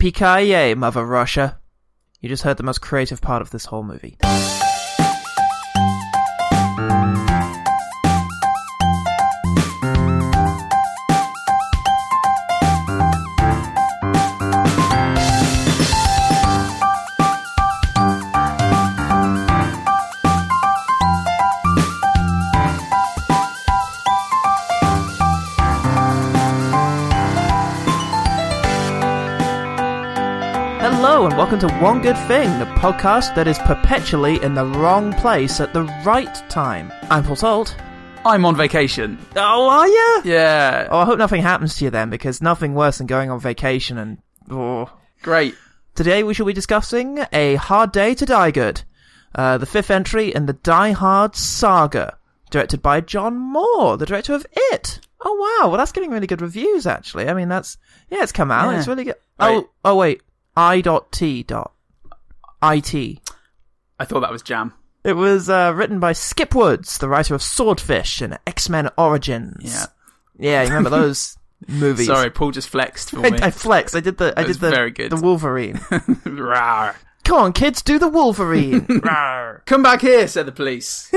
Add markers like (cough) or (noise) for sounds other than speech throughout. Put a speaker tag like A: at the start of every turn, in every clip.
A: Yippee-ki-yay, Mother Russia. You just heard the most creative part of this whole movie. Hello, and welcome to One Good Thing, the podcast that is perpetually in the wrong place at the right time. I'm Paul Salt.
B: I'm on vacation.
A: Oh, are you?
B: Yeah.
A: Oh, I hope nothing happens to you then, because nothing worse than going on vacation and. Oh.
B: Great.
A: Today we shall be discussing A Hard Day to Die Good, uh, the fifth entry in the Die Hard saga, directed by John Moore, the director of It. Oh wow, well that's getting really good reviews actually. I mean that's yeah, it's come out.
B: Yeah.
A: It's really good.
B: Right.
A: Oh oh wait, I dot T dot I T.
B: I thought that was jam.
A: It was uh, written by Skip Woods, the writer of Swordfish and X Men Origins.
B: Yeah.
A: yeah, you remember
B: (laughs)
A: those movies?
B: Sorry, Paul just flexed for me.
A: (laughs) I, I flexed. I did the I
B: That was
A: did the
B: very good.
A: the Wolverine.
B: (laughs) Rawr.
A: Come on, kids, do the Wolverine. Rawr.
B: Come back here, said
A: (laughs)
B: the police.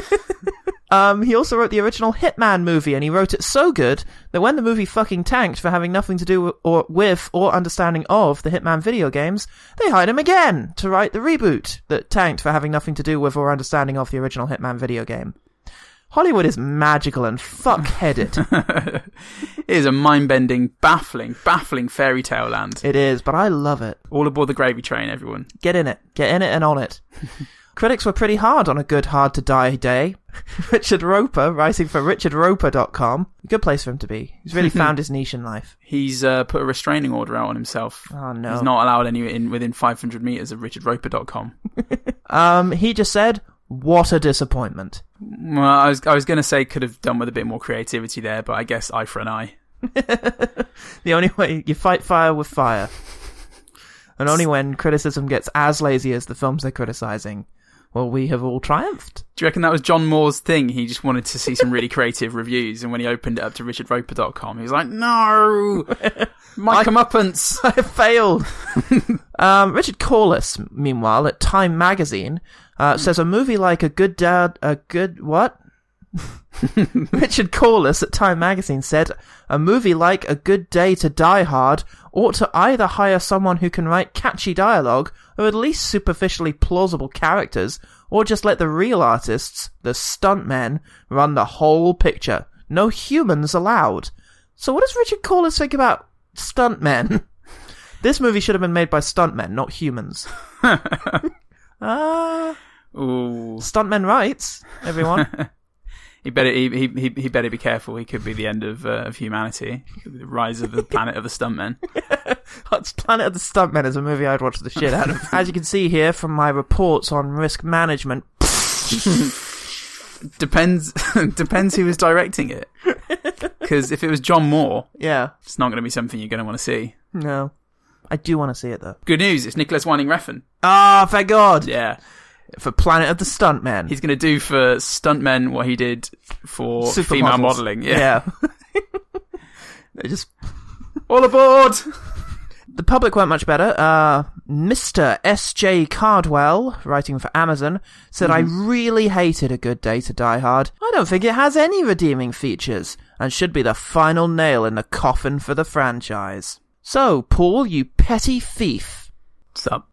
A: Um, he also wrote the original Hitman movie, and he wrote it so good that when the movie fucking tanked for having nothing to do w- or with or understanding of the Hitman video games, they hired him again to write the reboot that tanked for having nothing to do with or understanding of the original Hitman video game. Hollywood is magical and
B: (laughs)
A: fuck-headed.
B: it is a mind-bending, baffling, baffling fairy tale land.
A: it is, but I love it.
B: All aboard the gravy train, everyone.
A: Get in it. Get in it and on
B: (laughs)
A: it. Critics were pretty hard on a good hard to die day. (laughs) Richard Roper, writing for richardroper.com. Good place for him to be. He's
B: (laughs)
A: really found his niche in life.
B: He's uh, put a restraining order out on himself.
A: Oh, no.
B: He's not allowed any in within 500 meters of richardroper.com.
A: Um, he just said, "What a disappointment." (laughs)
B: Well, I was I was going to say could have done with a bit more creativity there, but I guess eye for an eye.
A: The only way you fight fire with fire, and only when criticism gets as lazy as the films they're criticizing, well, we have all triumphed.
B: Do you reckon that was John Moore's thing? He just wanted to see some really creative reviews, and when he opened it up to richardroper.com, he was like, no! My comeuppance!
A: (laughs) I failed. um, Richard Corliss, meanwhile, at Time Magazine, uh, says a movie like a good dad, a good what? (laughs) Richard Corliss at Time Magazine said a movie like A Good Day to Die Hard ought to either hire someone who can write catchy dialogue or at least superficially plausible characters, or just let the real artists, the stuntmen, run the whole picture. No humans allowed. So, what does Richard Corliss think about stuntmen? (laughs) This movie should have been made by stuntmen, not
B: (laughs)
A: humans. Ah,
B: Ooh,
A: stuntmen rights,
B: (laughs)
A: everyone.
B: he better he, he he he better be careful. He could be the end of uh, of humanity, He could be the rise of the planet of the stuntmen.
A: That's Planet of the Stuntmen is a movie I'd watch the shit out of. As you can see here from my reports on risk management,
B: Depends (laughs) depends who was directing it. Because if it was John Moore,
A: yeah,
B: it's not going to be something you're going to want to see.
A: no. I do want to see it though.
B: Good news, it's Nicholas Winding Refn.
A: Ah, thank God!
B: Yeah,
A: For Planet of the Stuntmen.
B: he's going to do for stuntmen what he did for female
A: Supermodels.
B: modelling. Yeah.
A: yeah. they just
B: (laughs) all aboard.
A: The public weren't much better. Uh, Mr. S.J. Cardwell, writing for Amazon, said,
B: Mm-hmm.
A: I really hated A Good Day to Die Hard. I don't think it has any redeeming features and should be the final nail in the coffin for the franchise. So, Paul, you petty thief,
B: Sup.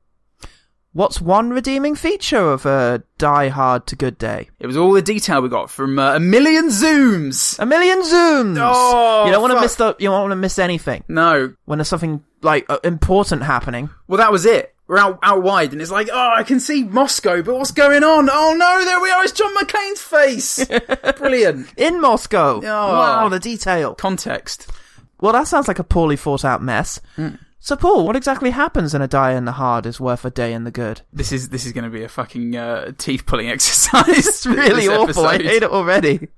A: what's one redeeming feature of a Die Hard to Good Day?
B: It was all the detail we got from uh, a million zooms.
A: A million zooms!
B: Oh,
A: you don't want to
B: fuck.
A: miss the, you don't want to miss anything.
B: No,
A: When there's something, like, uh, important happening.
B: well, that was it. We're out, out wide, and it's like, oh, I can see Moscow, but what's going on? Oh no, there we are. It's John
A: (laughs)
B: McClane's face. Brilliant
A: In Moscow!
B: Oh.
A: Wow, the detail.
B: context.
A: Well, that sounds like a poorly thought out mess.
B: Mm.
A: So, Paul, what exactly happens in a day in the hard is worth a day in the
B: (laughs)
A: good?
B: This is this is going to be a fucking uh, teeth pulling (laughs) exercise. it's
A: (laughs) Really awful. I hate it already.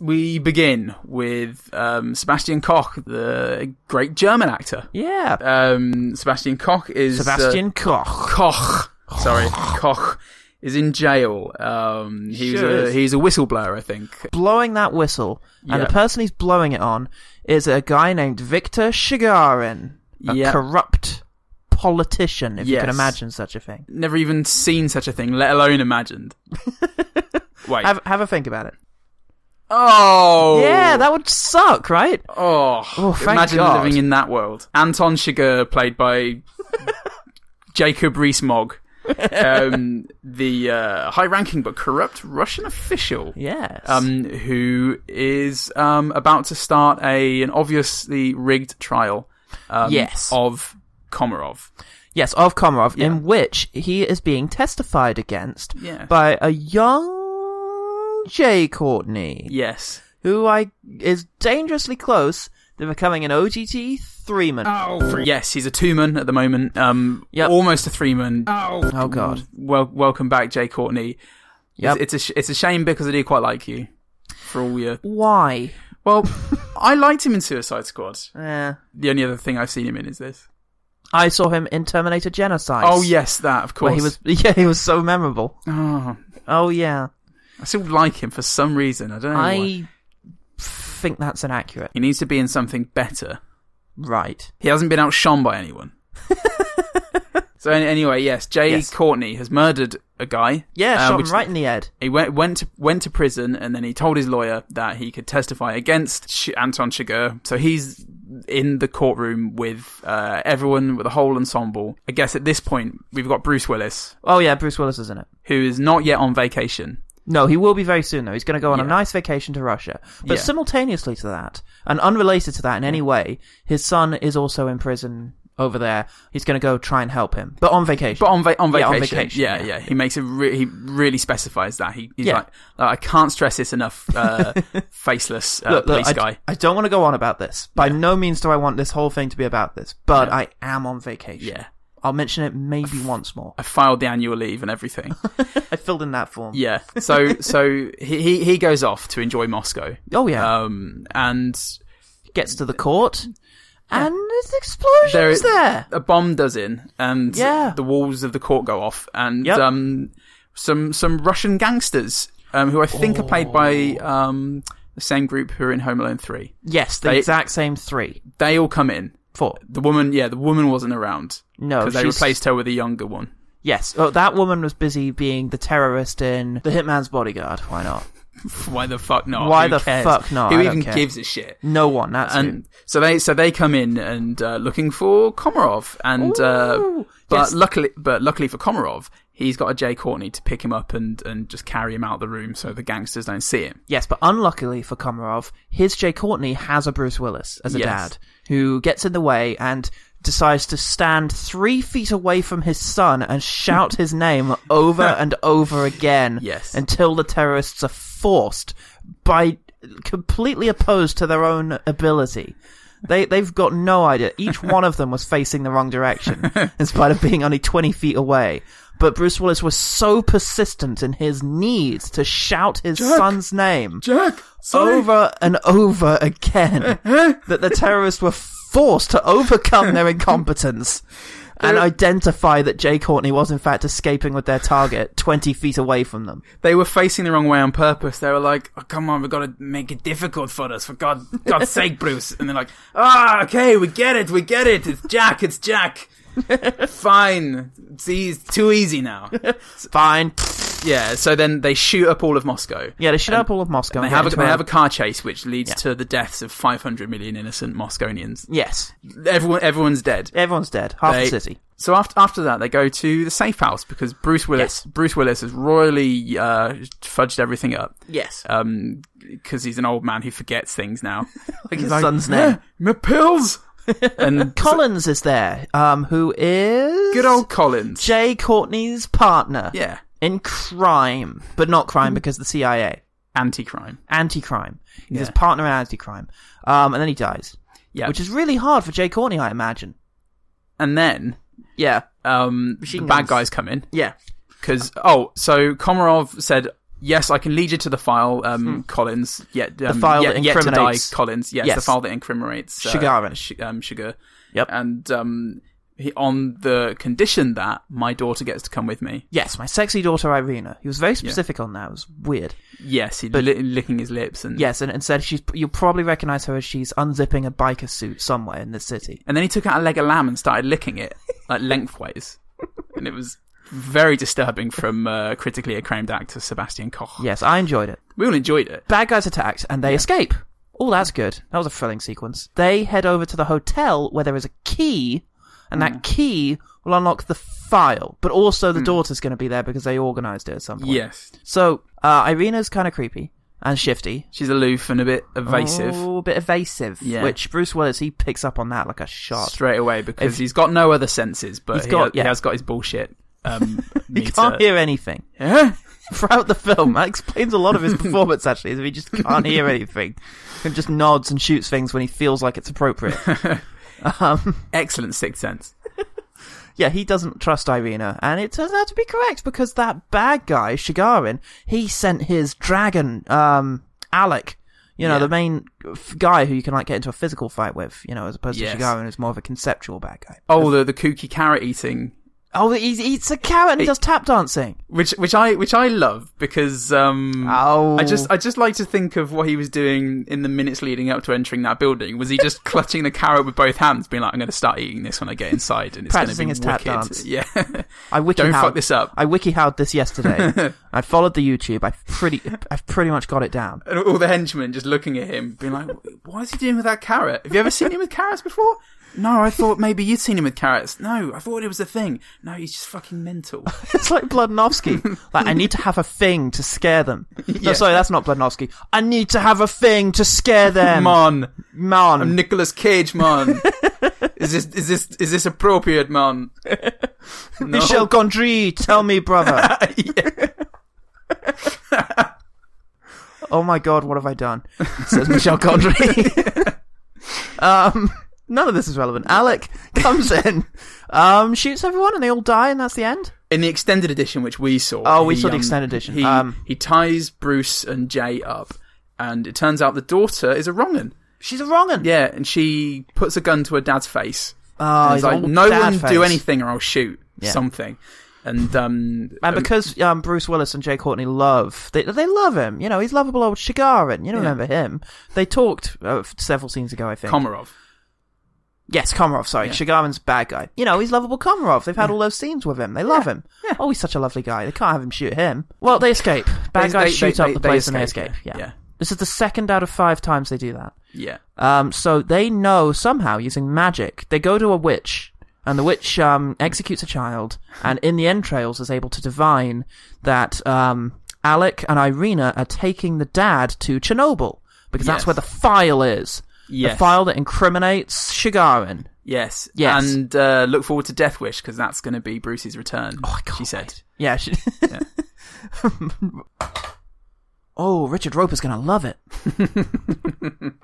B: We begin with um, Sebastian Koch, the great German actor.
A: (laughs) Yeah.
B: Um, Sebastian Koch is uh,
A: Sebastian Koch.
B: Koch. Sorry, Koch is in jail. Um, he
A: Sure is.
B: was a, he's a whistleblower, I think.
A: Blowing that whistle, and
B: Yeah.
A: the person he's blowing it on is a guy named Victor Shigarin, a
B: Yeah.
A: corrupt politician, if you can
B: Yes.
A: imagine such a thing.
B: Never even seen such a thing, let alone
A: (laughs)
B: imagined. Wait.
A: Have have a think about it.
B: oh.
A: Yeah, that would suck, right?
B: Oh,
A: Oh, thank
B: imagine
A: God.
B: living in that world. Anton Chigurh, played
A: (laughs)
B: by Jacob Rees-Mogg, um, the uh, high-ranking but corrupt Russian official,
A: Yes.
B: um, who is um, about to start a an obviously rigged trial. Um,
A: Yes.
B: of Komarov.
A: yes, of Komarov, in which he is being testified against
B: Yeah.
A: by a young Jay Courtney,
B: Yes.
A: who I is dangerously close to becoming an OGT three man.
B: Uh.
C: Oh, for
B: Yes, he's a two-man at the moment. Um,
A: Yep.
B: almost a three-man.
C: oh,
A: oh God.
B: Well, welcome back, Jay Courtney.
A: Yep.
B: It's, it's a sh- it's a shame because I do quite like you for
A: (laughs)
B: all your
A: Why?
B: Well, I liked him in Suicide Squad.
A: Eh.
B: The only other thing I've seen him in is this.
A: I saw him in Terminator Genocide.
B: Oh yes, that of course.
A: where he was. (laughs) Yeah, he was so memorable.
B: Oh,
A: Oh yeah.
B: I still like him for some reason. I don't know. why.
A: I think that's inaccurate.
B: He needs to be in something better.
A: Right.
B: He hasn't been outshone by anyone.
A: (laughs)
B: so an- anyway, yes, Jay
A: Yes.
B: Courtney has murdered a guy.
A: Yeah,
B: uh,
A: shot
B: which-
A: him right in the head.
B: He went went to, went to prison, and then he told his lawyer that he could testify against Ch- Anton Chigurh. So he's in the courtroom with uh, everyone, with the whole ensemble. I guess at this point we've got Bruce Willis,
A: Oh yeah, Bruce Willis is in it.
B: who is not yet on vacation.
A: No, he will be very soon though. He's going to go on a
B: Yeah.
A: nice vacation to Russia. But
B: Yeah.
A: simultaneously to that, and unrelated to that in any way, his son is also in prison over there. He's going to go try and help him, but on vacation.
B: But on, va- on
A: Yeah,
B: vacation.
A: on
B: Yeah,
A: vacation,
B: Yeah,
A: yeah.
B: He makes it. Re- he really specifies that. He, he's
A: Yeah.
B: like, "Uh, I can't stress this enough. Uh,
A: (laughs)
B: faceless uh,
A: Look, look,
B: police
A: I,
B: guy.
A: I don't want to go on about this. By no means do I want this whole thing to be about this. But
B: Yeah.
A: I am on vacation.
B: Yeah,
A: I'll mention it
B: (laughs)
A: maybe once more.
B: I filed the annual leave and everything. (laughs)
A: I filled in that form.
B: yeah. So so he he, he goes off to enjoy Moscow.
A: Oh yeah.
B: Um and
A: Gets to the court, and there's explosions
B: there
A: there.
B: is a bomb does in and
A: Yeah.
B: the walls of the court go off and
A: Yep.
B: um some some Russian gangsters um who I think are played by
A: Oh.
B: um the same group who are in Home Alone three.
A: Yes, the
B: They-
A: exact same three,
B: They all come in.
A: four.
B: The woman, yeah, the woman wasn't around
A: No,
B: because they
A: Oh, she's-
B: replaced her with a younger one. (laughs)
A: Yes. Oh, that woman was busy being the terrorist in The Hitman's Bodyguard. Why not?
B: Why the fuck not?
A: Why the
B: Who cares?
A: fuck not?
B: Who
A: I don't
B: even
A: care.
B: gives a shit?
A: No one. That's
B: And
A: who.
B: so they so they come in and uh, looking for Komarov, and uh,
A: Ooh,
B: but
A: yes.
B: luckily but luckily for Komarov, he's got a Jay Courtney to pick him up and and just carry him out the room so the gangsters don't see him.
A: Yes, but unluckily for Komarov, his Jay Courtney has a Bruce Willis as a
B: Yes.
A: dad who gets in the way and decides to stand three feet away from his son and shout
B: (laughs)
A: his name over and over again
B: Yes.
A: until the terrorists are forced by completely opposed to their own ability. They they've got no idea. Each
B: (laughs)
A: one of them was facing the wrong direction, in spite of being only twenty feet away. But Bruce Willis was so persistent in his need to shout his son's name
B: Jack, Oh,
A: over and over
B: (laughs)
A: again
B: Uh-huh.
A: that the terrorists were forced to overcome
B: (laughs)
A: their incompetence
B: Uh,
A: and identify that Jay Courtney was in fact escaping with their target 20 feet away from them.
B: they were facing the wrong way on purpose. They were like, oh, "Come on, we've got to make it difficult for us, for God, God's
A: (laughs)
B: sake, Bruce." And they're like, "Ah, okay, we get it, we get it. It's Jack, it's
A: (laughs)
B: Jack. Fine, it's eas too
A: (laughs)
B: easy now."
A: Fine.
B: yeah. So then they shoot up all of Moscow.
A: Yeah, they shut up all of Moscow.
B: They
A: and
B: have a,
A: get
B: they
A: into
B: have a car chase, which leads
A: Yeah.
B: to the deaths of 500 million innocent Mosconians.
A: Yes.
B: Everyone, everyone's dead.
A: Everyone's dead. Half
B: They-
A: the city.
B: So after after that, they go to the safe house because Bruce Willis
A: Yes.
B: Bruce Willis has royally uh, fudged everything up.
A: Yes.
B: um because he's an old man who forgets
A: (laughs)
B: things now. Like
A: His son's name.
B: "Yeah,
A: (laughs)
B: my pills and
A: Collins is there, um, who is
B: good old Collins.
A: Jay Courtney's partner
B: Yeah, Mm.
A: in crime, but not crime because the CIA.
B: anti-crime.
A: Anti-crime. He's his
B: Yeah.
A: partner in anti-crime. Um, and then he dies.
B: Yeah,
A: Which is really hard for Jay Courtney, I imagine.
B: and then
A: Yeah.
B: um the
A: Machine
B: bad
A: guns.
B: guys come in
A: Yeah.
B: because oh so Komarov said. Yes, I can lead you to the file, um, Collins. Yet, um,
A: Hmm. file
B: yet,
A: that
B: yet to die,
A: incriminates-
B: Collins. Yes, the
A: Yes.
B: file that incriminates uh,
A: Shigarin.
B: Sh- um, Sugar.
A: Yep.
B: And um, he, on the condition that my daughter gets to come with me.
A: Yes, my sexy daughter Irina. He was very specific on that. It was weird.
B: Yes, he li- licking his lips and
A: Yes, and, and said she's. You'll probably recognize her as she's unzipping a biker suit somewhere in the city.
B: And then he took out a leg of lamb and started licking it. like lengthways, and it was very disturbing from uh, critically acclaimed actor Sebastian Koch.
A: Yes, I enjoyed it.
B: We all enjoyed it.
A: Bad guys attacked and they escape. Oh, that's good. That was a thrilling sequence. They head over to the hotel where there is a key, and
B: Hmm.
A: that key will unlock the file. But also, the daughter's going to be there because they organized it at some point.
B: Yes,
A: So uh, Irina's kind of creepy and shifty,
B: she's aloof and a bit evasive
A: oh, a bit evasive.
B: Yeah.
A: Which Bruce Willis he picks up on that like a shot.
B: straight away because he's got no other senses, but
A: Oh. He's
B: he,
A: got-
B: he
A: yeah.
B: has got his bullshit.
A: (laughs)
B: Um,
A: He can't hear anything (laughs)
B: Yeah?
A: throughout the film. That explains a lot of
B: (laughs)
A: his performance actually. Is if he just can't hear anything and just nods and shoots things when he feels like it's appropriate.
B: Excellent sixth sense.
A: Yeah, he doesn't trust Irina, and it turns out to be correct because that bad guy Shigarin, he sent his dragon, um, Alec. You know,
B: Yeah.
A: the main f- guy who you can like get into a physical fight with. You know, as opposed
B: Yes.
A: to Shigarin, who's more of a conceptual bad guy.
B: Oh, the, the kooky carrot eating
A: Oh, he eats a carrot and does tap dancing.
B: which which I which I love because um
A: Ow.
B: I just I just like to think of what he was doing in the minutes leading up to entering that building. Was he just clutching the carrot with both hands, being like, "I'm going to start eating this when I get inside," and it's going to
A: Practicing
B: be
A: his tap
B: wicked.
A: dance.
B: (laughs) Yeah,
A: I wiki
B: don't fuck this up.
A: I wikihowed this yesterday.
B: (laughs)
A: I followed the YouTube. I pretty, I've pretty much got it down. (laughs)
B: And all the henchmen just looking at him, being like, "Why is he doing with that carrot? Have you ever seen him with carrots before?" No, I thought maybe you'd seen him with carrots. No, I thought it was a thing. No, he's just fucking mental.
A: It's like Bludnovsky. like I need to have a thing to scare them. No,
B: Yeah.
A: sorry, that's not Bludnovsky. I need to have a thing to scare them.
B: (laughs) Mon,
A: Man. (laughs)
B: I'm Nicolas Cage, man. is this is this is this
A: (laughs)
B: appropriate, man? No.
A: Michel Gondry, tell me,
B: (laughs)
A: brother. oh my god, what have I done? Says Michel Gondry.
B: (laughs)
A: um, none of this is relevant. Alec comes in, um, shoots everyone, and they all die, and that's the end.
B: in the extended edition, which we saw.
A: Oh, we saw the extended edition.
B: He,
A: Um,
B: he ties Bruce and Jay up, and it turns out the daughter is a wrong'un.
A: She's a wrong'un.
B: Yeah, and she puts a gun to her dad's face.
A: Oh,
B: and
A: he's
B: is Ah, like,
A: old
B: "No
A: dad
B: one
A: face.
B: do anything, or I'll shoot
A: Yeah.
B: something." And um,
A: And
B: um,
A: because um, Bruce Willis and Jay Courtney love, they they love him. You know, he's lovable old Shigarin. You don't
B: Yeah.
A: remember him? They talked uh, f- several scenes ago, I think.
B: Komarov.
A: yes, Komarov. Sorry,
B: Yeah.
A: Shigarin's bad guy. You know, he's lovable Komarov. They've had all those scenes with him. They love him. Oh, he's such a lovely guy. They can't have him shoot him. Well, they escape. Bad
B: They-
A: guys
B: they-
A: shoot
B: they-
A: up
B: they-
A: the
B: they
A: place and they
B: escape,
A: escape.
B: yeah.
A: Yeah.
B: Yeah.
A: This is the second out of five times they do that.
B: Yeah,
A: Um, so they know somehow using magic, they go to a witch, and the witch um, executes a child, and in the entrails is able to divine that um, Alec and Irina are taking the dad to Chernobyl because
B: Yes.
A: that's where the file is.
B: Yes.
A: The file that incriminates Shigarin.
B: yes,
A: Yes.
B: And uh, look forward to Death Wish because that's going to be Bruce's return.
A: Oh, I can't
B: she said.
A: wait. Yeah. She- (laughs) oh, Richard Roper's gonna love it.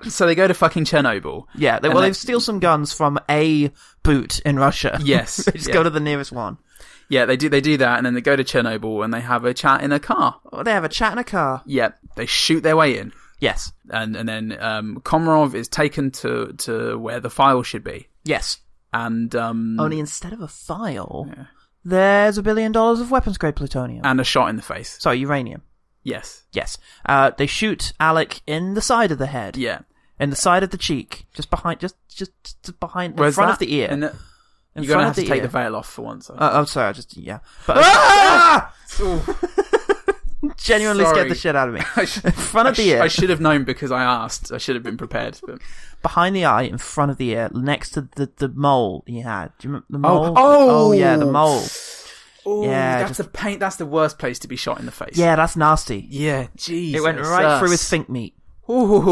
B: So they go to fucking Chernobyl.
A: Yeah. They,
B: And
A: well,
B: they-
A: they steal some guns from a boot in Russia. (laughs)
B: Yes,
A: they just
B: yeah.
A: go to the nearest one.
B: Yeah, they do. They do that, and then they go to Chernobyl and they have a chat in a car.
A: Oh, they have a chat in a car.
B: Yep, they shoot their way in,
A: Yes.
B: and and then um, Komarov is taken to to where the file should be,
A: Yes.
B: and um,
A: Only instead of a file, there's a billion dollars of weapons grade plutonium.
B: and a shot in the face.
A: Uh, Sorry, uranium.
B: Yes,
A: Yes. Uh, they shoot Alec in the side of the head,
B: yeah.
A: in the side of the cheek, just behind, just just, just behind, in
B: Where's
A: front
B: that?
A: of the ear.
B: In
A: In
B: you're
A: front
B: gonna
A: of
B: have to
A: the
B: take
A: ear.
B: the veil off for once. (laughs)
A: Uh, I'm sorry, I just yeah, but
B: Ah!
A: genuinely
B: Sorry.
A: scared the shit out of me. (laughs)
B: I sh-
A: In front of
B: I
A: the
B: sh- (laughs)
A: ear,
B: I should have known because I asked. I should have been prepared. But...
A: behind the eye, in front of the ear, next to the the mole he had. Do you remember the
B: Oh.
A: mole?
B: Oh!
A: yeah, the mole.
B: Ooh,
A: Yeah, just-
B: that's the paint. That's the worst place to be shot in the face.
A: Yeah, that's nasty.
B: yeah. Jesus,
A: It went right
B: us.
A: through his think meat.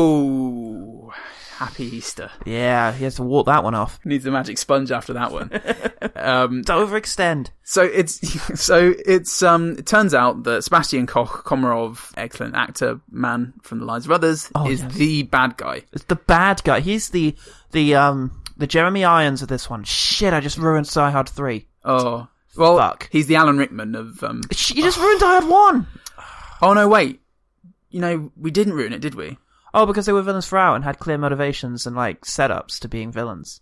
B: Ooh, happy Easter.
A: Yeah, he has to walk that one off.
B: Needs a magic sponge after that one.
A: Don't overextend.
B: So it's (laughs) so it's um it turns out that Sebastian Koch Komarov, excellent actor, man from the lines of others,
A: Oh,
B: is
A: yes.
B: the bad guy.
A: It's the bad guy. He's the the um the Jeremy Irons of this one. Shit, I just ruined Die Hard three.
B: Oh well,
A: Fuck.
B: he's the Alan Rickman of um.
A: Sh- You just ruined Die Hard one.
B: Oh no, wait. You know we didn't ruin it, did we?
A: Oh, because they were villains for out and had clear motivations and like setups to being villains.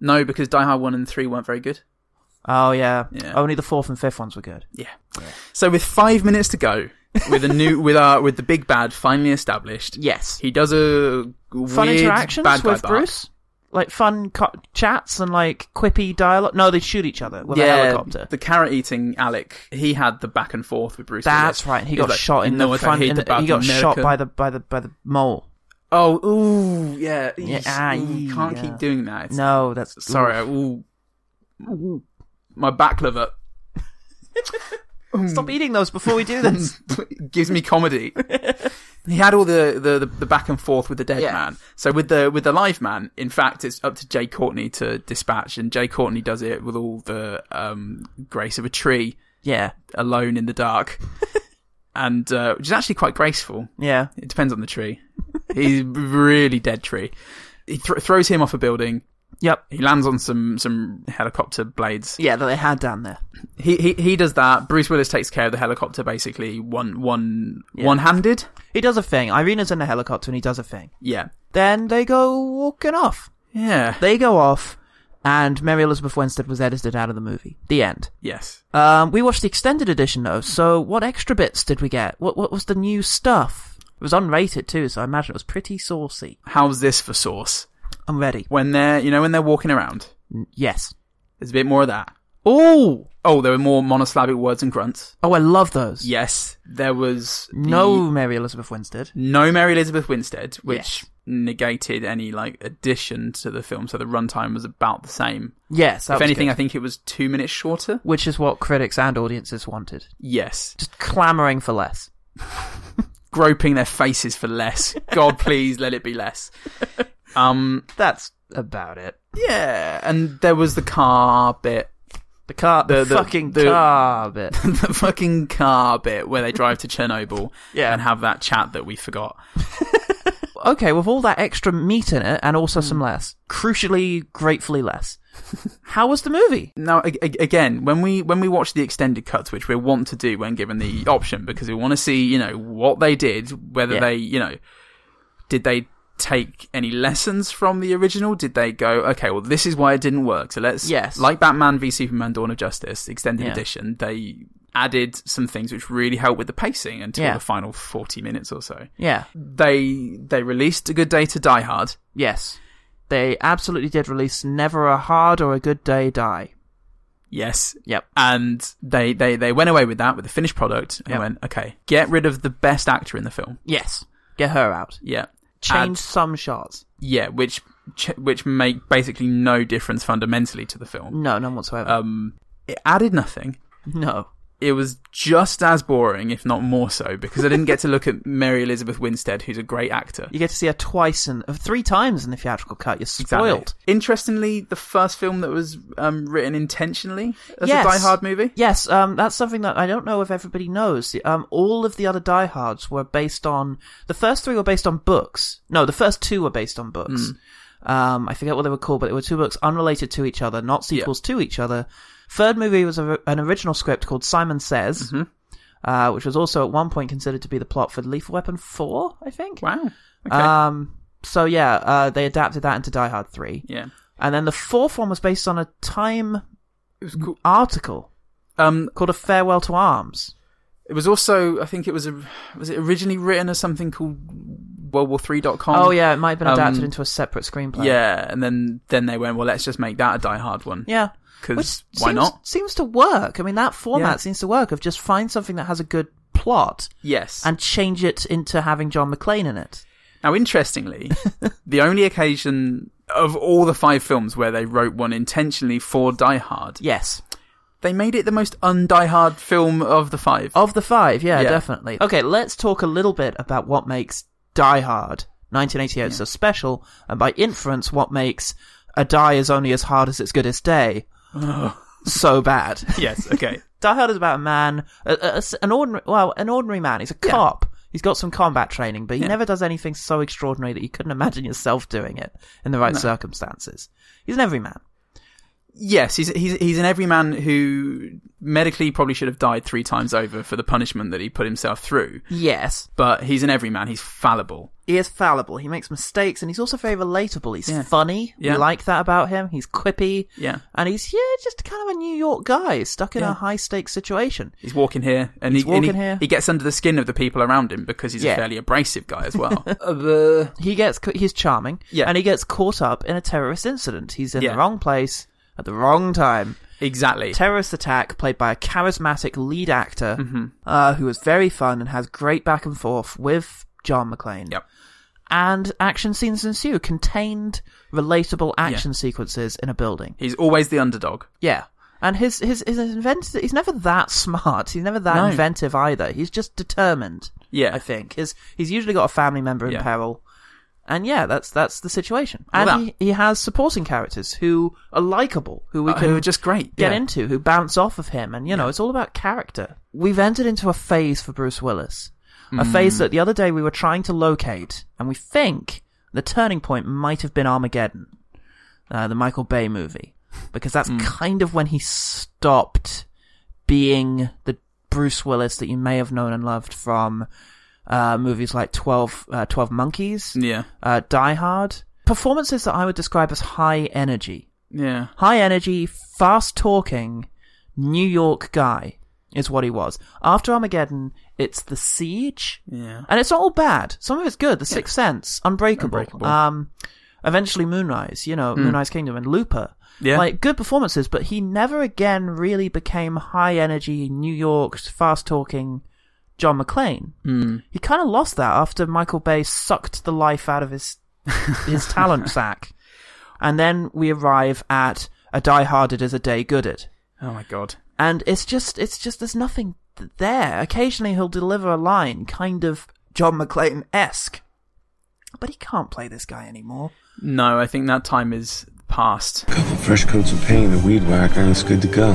B: No, because Die Hard one and three weren't very good.
A: Oh yeah.
B: Yeah.
A: Only the fourth and fifth ones were good.
B: Yeah. So with five minutes to go, with a new (laughs) with our with the big bad finally established,
A: Yes.
B: he does a
A: Fun
B: weird
A: interactions
B: bad guy
A: with
B: bark.
A: Bruce. like fun co- chats and like quippy dialogue. No, they shoot each other with a helicopter.
B: the carrot eating Alec, he had the back and forth with Bruce.
A: That's
B: Willis.
A: right. and He
B: He was
A: got
B: like,
A: shot in
B: "You know
A: the
B: what I
A: front.
B: hate
A: in the-
B: about
A: he got shot
B: America?"
A: by the by the by the mole.
B: Oh, ooh, yeah.
A: Yeah,
B: eesh,
A: ah,
B: ooh, can't
A: yeah.
B: keep doing that. It's-
A: No, that's
B: (laughs) Sorry, I- ooh. My back lever
A: Stop eating those before we do
B: (laughs)
A: this.
B: gives me comedy. he had all the, the, the, the back and forth with the dead
A: Yeah.
B: man. So with the with the live man, in fact, it's up to Jay Courtney to dispatch, and Jay Courtney does it with all the um, grace of a tree,
A: yeah,
B: alone in
A: (laughs)
B: the dark, and uh, which is actually quite graceful.
A: yeah.
B: It depends on the tree. He's a really dead tree. He thro throws him off a building.
A: Yep.
B: He lands on some some helicopter blades.
A: Yeah, that they had down there.
B: He he he does that. Bruce Willis takes care of the helicopter basically one one one handed.
A: He does a thing. Irina's in a helicopter and he does a thing.
B: Yeah.
A: Then they go walking off.
B: Yeah.
A: They go off, and Mary Elizabeth Winstead was edited out of the movie. The end.
B: Yes.
A: Um, we watched the extended edition though. So what extra bits did we get? What what was the new stuff? It was unrated too, so I imagine it was pretty saucy.
B: How's this for sauce?
A: I'm ready.
B: When they're you know when they're walking around,
A: N- Yes.
B: there's a bit more of that.
A: Oh,
B: Oh, there were more monosyllabic words and grunts.
A: oh, I love those.
B: Yes, there was the-
A: No, Mary Elizabeth Winstead.
B: no Mary Elizabeth Winstead, which
A: Yes.
B: negated any like addition to the film, so the runtime was about the same.
A: Yes. That
B: if
A: was
B: anything,
A: good.
B: I think it was two minutes shorter.
A: which is what critics and audiences wanted.
B: Yes,
A: Just clamoring for less.
B: groping their faces for less.
A: (laughs)
B: God, please let it be less. Um,
A: That's about it.
B: yeah, and there was the car bit,
A: The car, the,
B: The- the-
A: fucking
B: the-
A: car bit.
B: (laughs) the fucking car bit where they drive to Chernobyl
A: Yeah.
B: and have that chat that we forgot.
A: okay, with all that extra meat in it, and also
B: Hmm.
A: some less, crucially, gratefully less. (laughs) How was the movie?
B: Now, a- a- again, when we when we watch the extended cuts, which we want to do when given the option, because we want to see, you know, what they did, whether
A: Yeah.
B: they, you know, did they take any lessons from the original? Did they go, okay, well, this is why it didn't work. So let's,
A: Yes.
B: like Batman v Superman: Dawn of Justice extended
A: Yeah.
B: edition, they added some things which really helped with the pacing until
A: Yeah.
B: the final forty minutes or so.
A: Yeah.
B: They they released A Good Day to Die Hard.
A: Yes. They absolutely did release Never a Hard or a Good Day Die.
B: Yes,
A: Yep.
B: and they, they, they went away with that with the finished product and
A: Yeah.
B: went okay get rid of the best actor in the film
A: Yes. Get her out.
B: yeah
A: Change
B: Add-
A: some shots.
B: yeah which ch- which make basically no difference fundamentally to the film
A: No, none whatsoever.
B: um it added nothing
A: no.
B: it was just as boring if not more so because i didn't get to look at (laughs) mary elizabeth winstead who's a great actor
A: You get to see her twice and three times in the theatrical cut. You're
B: Exactly.
A: spoiled.
B: interestingly the first film that was um, written intentionally as
A: Yes.
B: a die hard movie
A: Yes, um, that's something that I don't know if everybody knows. Um, all of the other diehards were based on the first three were based on books. No, the first two were based on books.
B: Hmm.
A: Um, I forget what they were called, but they were two books unrelated to each other, not sequels to each other. Third movie was a, an original script called Simon Says,
B: Mm-hmm.
A: uh, which was also at one point considered to be the plot for Lethal Weapon Four, I think.
B: wow okay
A: Um, so yeah, uh, they adapted that into Die Hard Three,
B: yeah
A: and then the fourth one was based on a Time
B: it was cool
A: article
B: um
A: called "A Farewell to Arms."
B: It was also, I think it was, a, was it originally written as something called World War Three dot com.
A: Oh yeah, it might have been adapted
B: um,
A: into a separate screenplay.
B: yeah, and then then they went, well, let's just make that a Die Hard one
A: yeah.
B: because
A: Which
B: why
A: seems,
B: not?
A: Seems to work. I mean, that format
B: Yeah.
A: seems to work. Of just find something that has a good plot
B: Yes. And
A: and change it into having John McClane in it.
B: now,
A: (laughs)
B: interestingly, the only occasion of all the five films where they wrote one intentionally for Die Hard,
A: Yes,
B: they made it the most un-Die Hard film of the five. (laughs)
A: of the five, yeah,
B: Yeah.
A: definitely. Okay, let's talk a little bit about what makes Die Hard 1988 so special, and by inference, what makes a die is only as hard as its goodest (laughs) day so bad.
B: Yes. Okay.
A: Die Hard is about a man, a, a- a s- an ordinary, well, an ordinary man. He's a cop. He's got some combat training, but he never does anything so extraordinary that you couldn't imagine yourself doing it in the right circumstances. He's an everyman.
B: yes, he's he's he's an everyman who medically probably should have died three times over for the punishment that he put himself through.
A: Yes,
B: But he's an everyman. He's fallible.
A: he is fallible. He makes mistakes, and he's also very relatable. He's
B: Yeah.
A: funny.
B: Yeah.
A: We like that about him. He's quippy.
B: Yeah.
A: And he's yeah, just kind of a New York guy stuck in
B: Yeah.
A: a high stakes situation.
B: He's walking here, and
A: He's
B: he and he-
A: walking here.
B: he gets under the skin of the people around him because he's
A: Yeah. Uh,
B: a fairly abrasive guy
A: (laughs)
B: as well.
A: He gets ca- he's charming,
B: Yeah.
A: and he gets caught up in a terrorist incident. He's in
B: Yeah.
A: the wrong place at the wrong time.
B: exactly.
A: Terrorist attack played by a charismatic lead actor
B: Mm-hmm.
A: uh, who is very fun and has great back and forth with John McClane.
B: Yep.
A: And action scenes ensue, contained, relatable action sequences in a building.
B: He's always the underdog.
A: Yeah. And his his his invent he's never that (laughs) smart. He's never that
B: No.
A: inventive either. He's just determined.
B: Yeah.
A: I think. His he's usually got a family member in
B: Yeah.
A: peril. And yeah, that's that's the situation.
B: Well,
A: And
B: that-
A: he, he has supporting characters who are likable, who we
B: Uh,
A: can
B: who are just great.
A: get
B: yeah.
A: into, who bounce off of him, and you know, it's all about character. We've entered into a phase for Bruce Willis. A phase that the other day we were trying to locate, and we think the turning point might have been Armageddon, uh, the Michael Bay movie, because that's kind of when he stopped being the Bruce Willis that you may have known and loved from uh, movies like 12, uh, 12 Monkeys,
B: Yeah.
A: uh, Die Hard. Performances that I would describe as high energy
B: Yeah.
A: high energy, fast talking New York guy is what he was. After Armageddon, it's The Siege,
B: Yeah.
A: and it's not all bad. Some of it's good. The Sixth Sense, Unbreakable,
B: Unbreakable. Hmm.
A: Um, eventually Moonrise, you know, Moonrise Kingdom, and Looper.
B: Yeah.
A: Like good performances, but he never again really became high energy New York fast talking John McClane.
B: Hmm.
A: Mm. He kind of lost that after Michael Bay sucked the life out of his his talent sack. And then we arrive at a die-hearted is a day gooded.
B: Oh my god.
A: And it's just, it's just, there's nothing th- there. Occasionally he'll deliver a line kind of John McClane-esque. But he can't play this guy anymore.
B: No, I think that time is past.
C: couple fresh coats of paint and a weed whacker, and it's good to go.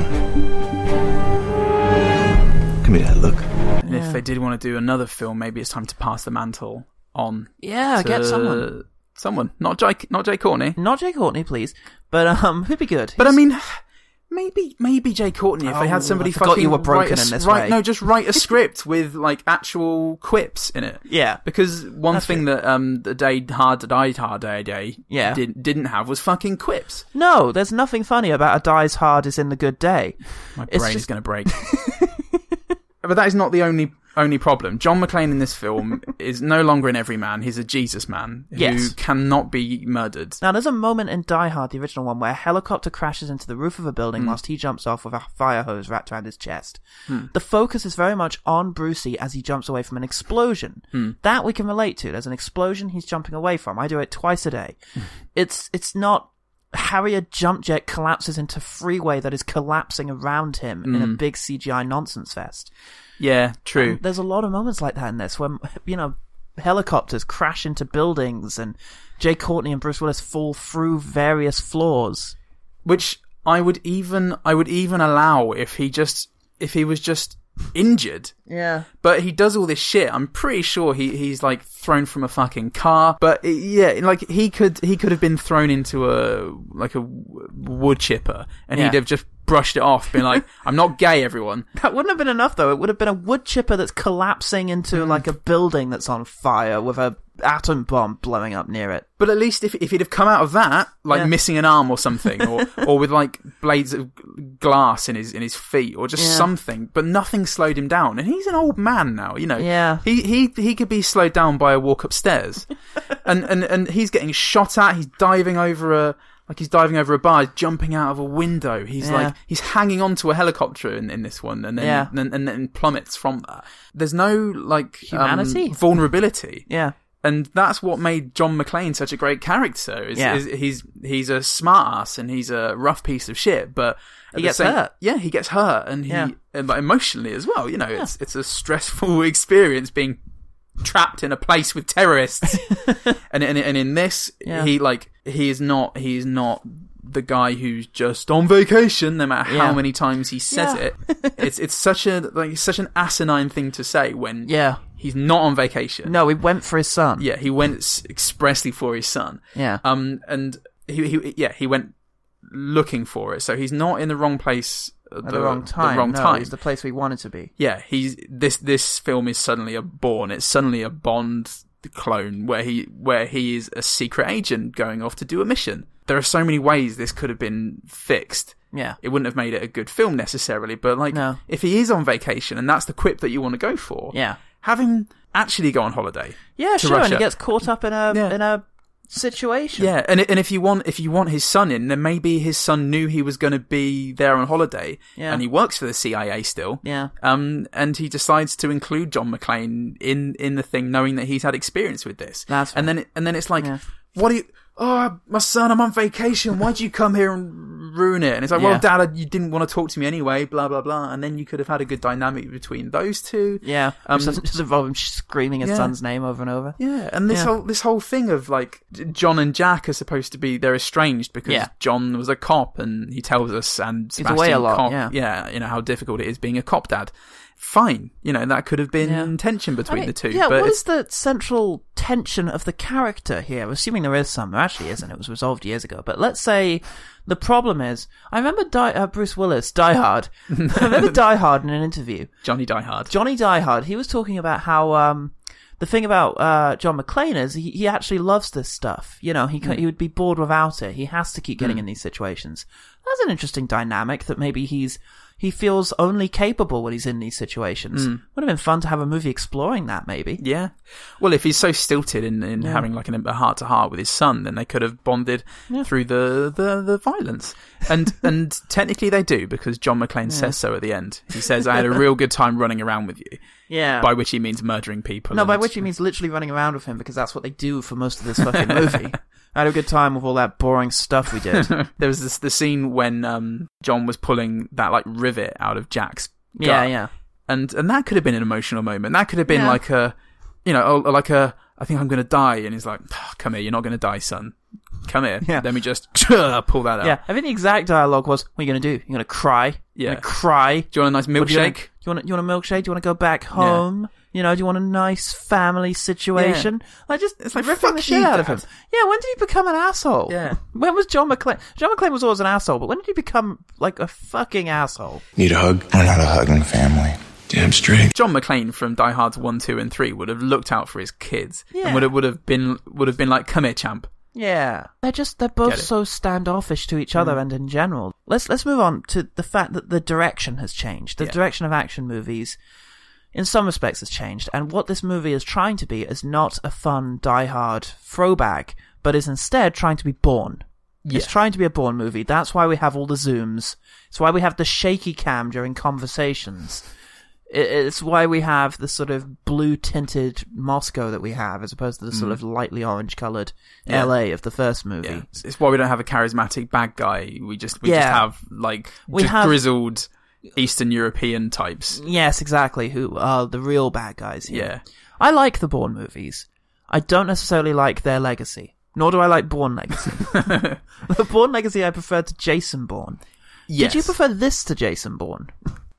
D: Give me that look.
B: And if they did want to do another film, maybe it's time to pass the mantle on.
A: Yeah,
B: to
A: get someone.
B: Someone. Not Jay. Not Jay Courtney.
A: Not Jay Courtney, please. But, um, (laughs) who'd be good?
B: But I
A: He's-
B: mean, maybe maybe Jay Courtney if they
A: Oh,
B: had somebody
A: I forgot
B: fucking
A: you were broken
B: write a,
A: in this
B: write,
A: way.
B: No, just
A: (laughs)
B: write a script with like actual quips in it.
A: Yeah.
B: Because one
A: That's
B: thing that um the day hard to die hard day day
A: Yeah.
B: did, didn't have was fucking quips.
A: No, there's nothing funny about a dies hard is in the good day.
B: My
A: It's
B: brain is
A: just-
B: (laughs) going to break. but that is not the only only problem. John McClane in this film is no longer an everyman. He's a Jesus man who
A: Yes.
B: cannot be murdered.
A: Now, there's a moment in Die Hard, the original one, where a helicopter crashes into the roof of a building whilst he jumps off with a fire hose wrapped around his chest. The focus is very much on Brucey as he jumps away from an explosion. That we can relate to. There's an explosion he's jumping away from. I do it twice a day. It's it's not Harrier jump jet collapses into freeway that is collapsing around him in a big CGI nonsense fest.
B: Yeah, true.
A: There's a lot of moments like that in this where you know helicopters crash into buildings and Jay Courtney and Bruce Willis fall through various floors.
B: Which I would even I would even allow if he just if he was just injured.
A: Yeah.
B: But he does all this shit. I'm pretty sure he, he's like thrown from a fucking car. But uh, yeah, like he could he could have been thrown into a like a w- wood chipper, and
A: Yeah.
B: he'd have just brushed it off, being like, "I'm not gay, everyone."
A: That wouldn't have been enough though. It would have been a wood chipper that's collapsing into
B: Hmm.
A: like a building that's on fire with a atom bomb blowing up near it.
B: But at least if if he'd have come out of that like
A: Yeah.
B: missing an arm or something,
A: (laughs)
B: or or with like blades of glass in his in his feet, or just
A: Yeah.
B: something, but nothing slowed him down. And he's an old man now, you know.
A: Yeah.
B: He he he could be slowed down by a walk
A: (laughs)
B: upstairs, and and and he's getting shot at. He's diving over a. Like he's diving over a bar, jumping out of a window. He's
A: Yeah.
B: like he's hanging onto a helicopter in, in this one, and then
A: Yeah.
B: and, and then plummets from that. There's no like um,
A: Humanity?
B: vulnerability
A: Yeah.
B: and that's what made John McClane such a great character. Is,
A: Yeah.
B: is he's he's a smart ass and he's a rough piece of shit, but at the
A: gets hurt.
B: Yeah, he gets hurt, and he
A: Yeah.
B: and like emotionally as well. You know, it's it's a stressful (laughs) experience being trapped in a place with
A: (laughs)
B: terrorists, and and and in this,
A: Yeah.
B: he like he is not he is not the guy who's just on vacation no matter how
A: Yeah.
B: many times he says
A: Yeah.
B: it it's it's such a like such an asinine thing to say when
A: Yeah.
B: he's not on vacation
A: No, he went for his son.
B: yeah, Uh, he went s- expressly for his son.
A: Yeah.
B: Um, and he, he, yeah, he went looking for it. So he's not in the wrong place the,
A: at the wrong time.
B: The wrong
A: no,
B: time.
A: It was the place we wanted to be.
B: yeah, he's this this film is suddenly a Bourne. It's suddenly a Bond clone where he where he is a secret agent going off to do a mission. There are so many ways this could have been fixed.
A: Yeah.
B: It wouldn't have made it a good film necessarily, but like
A: No.
B: if he is on vacation and that's the quip that you want to go for,
A: Yeah.
B: have him actually go on holiday.
A: Yeah,
B: to
A: sure. And
B: Russia.
A: he gets caught up in a
B: Yeah.
A: in a situation.
B: Yeah, and and if you want if you want his son in, then maybe his son knew he was going to be there on holiday,
A: Yeah.
B: and he works for the CIA still.
A: Yeah.
B: Um, and he decides to include John McClane in in the thing, knowing that he's had experience with this.
A: That's
B: and then it- and then it's like,
A: Yeah.
B: what do you? Oh, my son, I'm on vacation. Why'd you come here and ruin it? And it's like, well,
A: Yeah.
B: Dad, you didn't want to talk to me anyway. Blah blah blah. And then you could have had a good dynamic between those two.
A: Yeah.
B: Um,
A: Which doesn't just involve him screaming his
B: yeah.
A: son's name over and over.
B: Yeah, and this
A: Yeah.
B: whole this whole thing of like J- John and Jack are supposed to be they're estranged because
A: Yeah.
B: John was a cop and he tells us and Sebastian
A: away a lot,
B: cop,
A: yeah.
B: you know how difficult it is being a cop dad. Fine, you know that could have been
A: Yeah.
B: tension
A: I
B: between
A: mean,
B: the two,
A: Yeah,
B: but
A: what
B: it's,
A: is the central tension of the character here? Assuming there is some, there actually isn't. It was resolved years ago. But let's say the problem is, I remember Di- uh, Bruce Willis, Die Hard.
B: (laughs)
A: I remember Die Hard in an interview.
B: Johnny Die Hard.
A: Johnny Die Hard, he was talking about how um, the thing about uh, John McClane is he, he actually loves this stuff. You know, he c he would be bored without it. He has to keep getting in these situations. That's an interesting dynamic that maybe he's he feels only capable when he's in these situations. Would have been fun to have a movie exploring that, maybe.
B: yeah, well, if he's so stilted in, in having like an, a heart to heart with his son, then they could have bonded through the, the, the violence,
A: (laughs)
B: and and technically they do because John McClane says so at the end. He says, "I had a real good time running around with you,"
A: Yeah.
B: by which he means murdering people.
A: no, by
B: and-
A: which he means literally running around with him because that's what they do for most of this fucking movie. I had a good time with all that boring stuff we did.
B: there was this the scene when um, John was pulling that like rivet out of Jack's gut,
A: yeah, yeah.
B: and and that could have been an emotional moment. That could have been
A: Yeah.
B: like a, you know, oh, like a I think I'm gonna die, and he's like, "Ah, come here, you're not gonna die, son. Come here.
A: Yeah.
B: Let me just (laughs) pull that out.
A: Yeah, I think the exact dialogue was, "What are you gonna do? You're gonna cry? You're
B: Yeah.
A: gonna cry?
B: Do you want a nice
A: What do you wanna-
B: milkshake?
A: Do you want? You want a milkshake? Do you want to go back home? You know, do you want a nice family situation? I just it's
B: like,
A: like ripping the
B: fuck
A: shit
B: you,
A: out of him.
B: Dad.
A: Yeah, when did he become an asshole?
B: Yeah.
A: (laughs) when was John McClane? John McClane was always an asshole, but when did he become like a fucking asshole?
C: Need a hug?
D: We're not a hugging family.
C: Damn straight.
B: John McClane from Die Hard's one, two, and three would have looked out for his kids,
A: Yeah.
B: and would have would have been would have been like, "Come here, champ."
A: Yeah, they're just they're
B: Get
A: both
B: it. Mm.
A: so standoffish to each other and in general. Let's let's move on to the fact that the direction has changed. The
B: Yeah.
A: direction of action movies, in some respects, has changed, and what this movie is trying to be is not a fun die-hard throwback, but is instead trying to be born. It's trying to be a Bourne movie. That's why we have all the zooms. It's why we have the shaky cam during conversations. I- It's why we have the sort of blue tinted Moscow that we have, as opposed to the sort of lightly orange coloured
B: Yeah.
A: LA of the first movie.
B: Yeah. It's, it's why we don't have a charismatic bad guy. We just we just
A: Yeah.
B: have like
A: We
B: just
A: have-
B: grizzled Eastern European types.
A: Yes, exactly. Who are the real bad guys? Here.
B: Yeah.
A: I like the Bourne movies. I don't necessarily like their legacy, nor do I like Bourne (laughs) Legacy. the Bourne Legacy I prefer to Jason Bourne.
B: Yes.
A: Did you prefer this to Jason Bourne?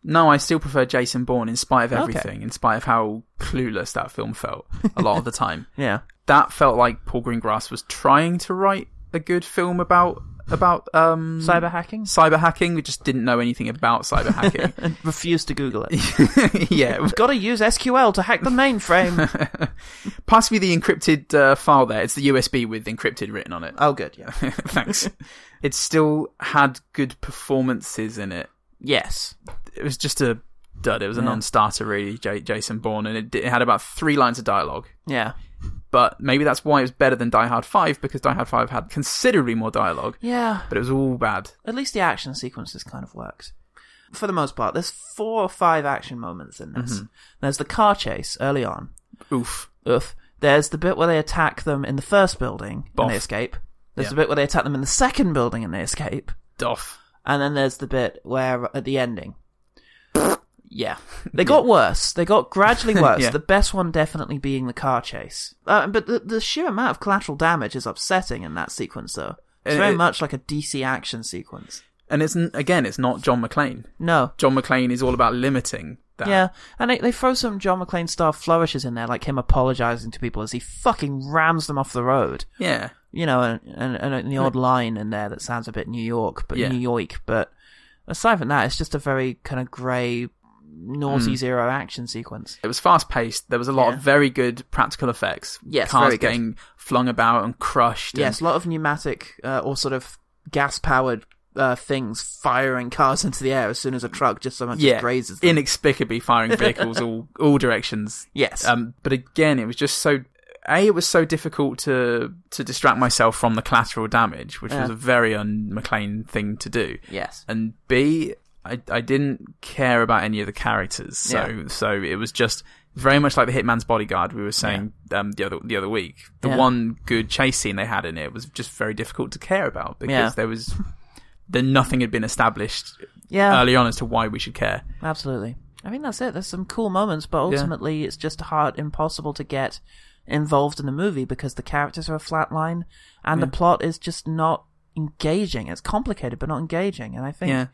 B: No, I still prefer Jason Bourne in spite of
A: Okay.
B: everything, in spite of how clueless that film felt a lot of the time. (laughs)
A: Yeah.
B: That felt like Paul Greengrass was trying to write a good film about about um
A: Cyber hacking?
B: cyber hacking. We just didn't know anything about cyber
A: (laughs)
B: hacking. (laughs)
A: Refuse to Google it.
B: yeah, (laughs)
A: Got to use SQL to hack the mainframe.
B: pass me the encrypted uh, file there. It's the USB with encrypted written on it.
A: (laughs) oh, good. Yeah.
B: (laughs) Thanks. it still had good performances in it.
A: Yes.
B: It was just a dud. It was a
A: Yeah.
B: non-starter, really. J- Jason Bourne, and it, d- it had about three lines of dialogue.
A: Yeah.
B: But maybe that's why it was better than Die Hard Five because Die Hard Five had considerably more dialogue,
A: Yeah.
B: but it was all bad.
A: At least the action sequences kind of worked. For the most part, there's four or five action moments in this. There's the car chase early on.
B: Oof.
A: Oof. There's the bit where they attack them in the first building
B: Boff.
A: and they escape. There's
B: Yeah.
A: the bit where they attack them in the second building and they escape.
B: Doff.
A: And then there's the bit where at the
B: (laughs)
A: ending. Yeah. They got worse. They got
B: (laughs)
A: gradually worse.
B: Yeah.
A: The best one definitely being the car chase. Uh, but the, the sheer amount of collateral damage is upsetting in that sequence, though. It's
B: And
A: very
B: it-
A: much like a DC action sequence.
B: And it's n- again, it's not John McClane.
A: No.
B: John McClane is all about limiting that.
A: Yeah. And they, they throw some John McClane style flourishes in there, like him apologizing to people as he fucking rams them off the road.
B: Yeah.
A: you know, and, and, and the odd line in there that sounds a bit New York, but
B: Yeah.
A: New York, but Aside from that, it's just a very kind of grey,
B: Mm.
A: naughty zero action sequence.
B: It was fast paced. There was a lot
A: Yeah.
B: of very good practical effects.
A: Yes,
B: cars
A: very good.
B: getting flung about and crushed.
A: Yes, a lot of pneumatic uh, or sort of gas powered uh, things firing cars (laughs) into the air as soon as a truck just so much as
B: and, yeah,
A: grazes them.
B: inexplicably firing vehicles
A: (laughs)
B: all all directions.
A: yes.
B: Um, but again, it was just so. A, it was so difficult to to distract myself from the collateral damage, which was
A: Yeah.
B: a very un McLean thing to do.
A: yes.
B: and B, I I didn't care about any of the characters, so
A: Yeah.
B: so it was just very much like the Hitman's Bodyguard we were saying um, the other the other week. The
A: Yeah.
B: one good chase scene they had in it was just very difficult to care about because
A: Yeah.
B: there was (laughs) then nothing had been established
A: Yeah.
B: early on as to why we should care.
A: Absolutely. I mean, that's it. There's some cool moments, but
B: Yeah.
A: ultimately, it's just hard, impossible to get involved in the movie because the characters are a flat line and the plot is just not engaging. It's complicated, but not engaging. And I think
B: Yeah,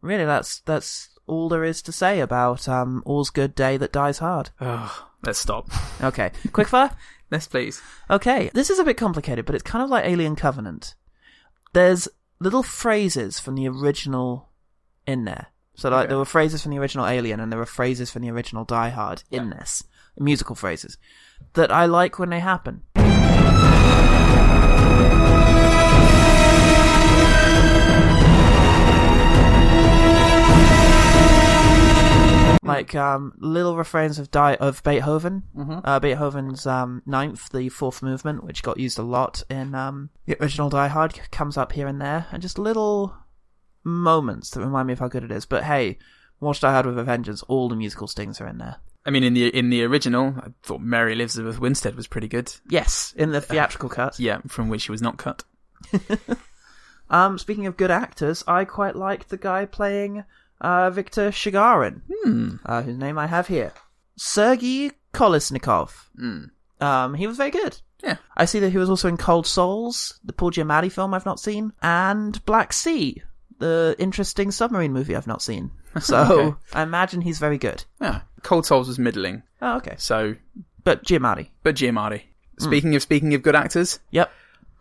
A: really that's that's all there is to say about um, All's Good Day That Dies Hard.
B: oh,
A: (laughs)
B: let's stop.
A: Okay, quickfire.
B: Let's please.
A: Okay, this is a bit complicated, but it's kind of like Alien Covenant. There's little phrases from the original in there. So like
B: Okay.
A: there were phrases from the original Alien and there were phrases from the original Die Hard in this. Musical phrases that I like when they happen. Like um, little refrains of die of Beethoven, uh, Beethoven's um, ninth, the fourth movement, which got used a lot in um, the original Die Hard, c- comes up here and there, and just little moments that remind me of how good it is. But hey, watch Die Hard with a Vengeance. All the musical stings are in there.
B: I mean, in the in the original, I thought Mary Elizabeth Winstead was pretty good.
A: Yes, in the theatrical cut.
B: Yeah, from which she was not cut.
A: Um, speaking of good actors, I quite liked the guy playing uh, Victor Shigarin,
B: Hmm.
A: uh, whose name I have here, Sergei Kolesnikov. Um, he was very good.
B: Hmm. Yeah.
A: I see that he was also in Cold Souls, the Paul Giamatti film I've not seen, and Black Sea, the interesting submarine movie I've not
B: (laughs)
A: seen. So
B: Okay.
A: I imagine he's very good.
B: Yeah, Cold Souls was middling.
A: Oh, okay.
B: So,
A: But Giamatti.
B: but Giamatti. Speaking of speaking of good actors,
A: Hmm. Yep.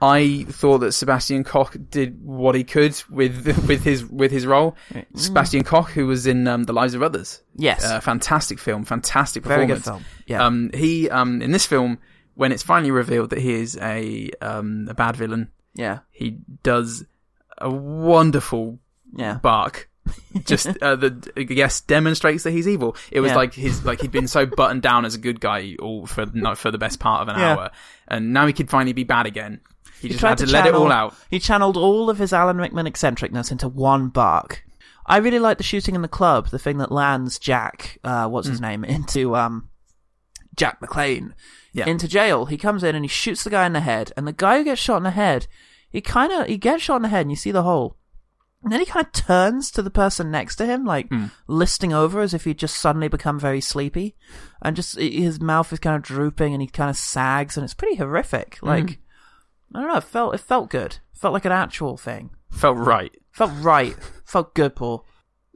B: I thought that Sebastian Koch did what he could with (laughs) with his with his role. Sebastian Koch, who was in um, The Lives of Others,
A: Yes.
B: uh, fantastic film, fantastic
A: Very good
B: performance.
A: film. Yeah.
B: Um, he um, in this film, when it's finally revealed that he is a um, a bad villain,
A: yeah.
B: he does a wonderful
A: Yeah. (laughs)
B: bark. Just uh, the I guess demonstrates that he's evil. It was
A: Yeah.
B: like his like he'd been so buttoned down as a good guy all for not for the best part of an
A: Yeah.
B: hour, and now he could finally be bad again. He, just
A: tried
B: had to, let it
A: channel-
B: all out.
A: He channeled all of his Alan Rickman eccentricness into one bark. I really like the shooting in the club, the thing that lands Jack, uh, what's
B: Mm.
A: his name, into um, Jack McLean
B: Yeah.
A: into jail. He comes in and he shoots the guy in the head, and the guy who gets shot in the head, he kind of he gets shot in the head, and you see the hole. And then he kind of turns to the person next to him, like
B: Mm.
A: listing over as if he'd just suddenly become very sleepy. And just i- his mouth is kind of drooping and he kind of sags and it's pretty horrific. Like, I don't know, it felt, it felt good. It felt like an actual thing.
B: Felt right.
A: It felt right. It felt good, Paul.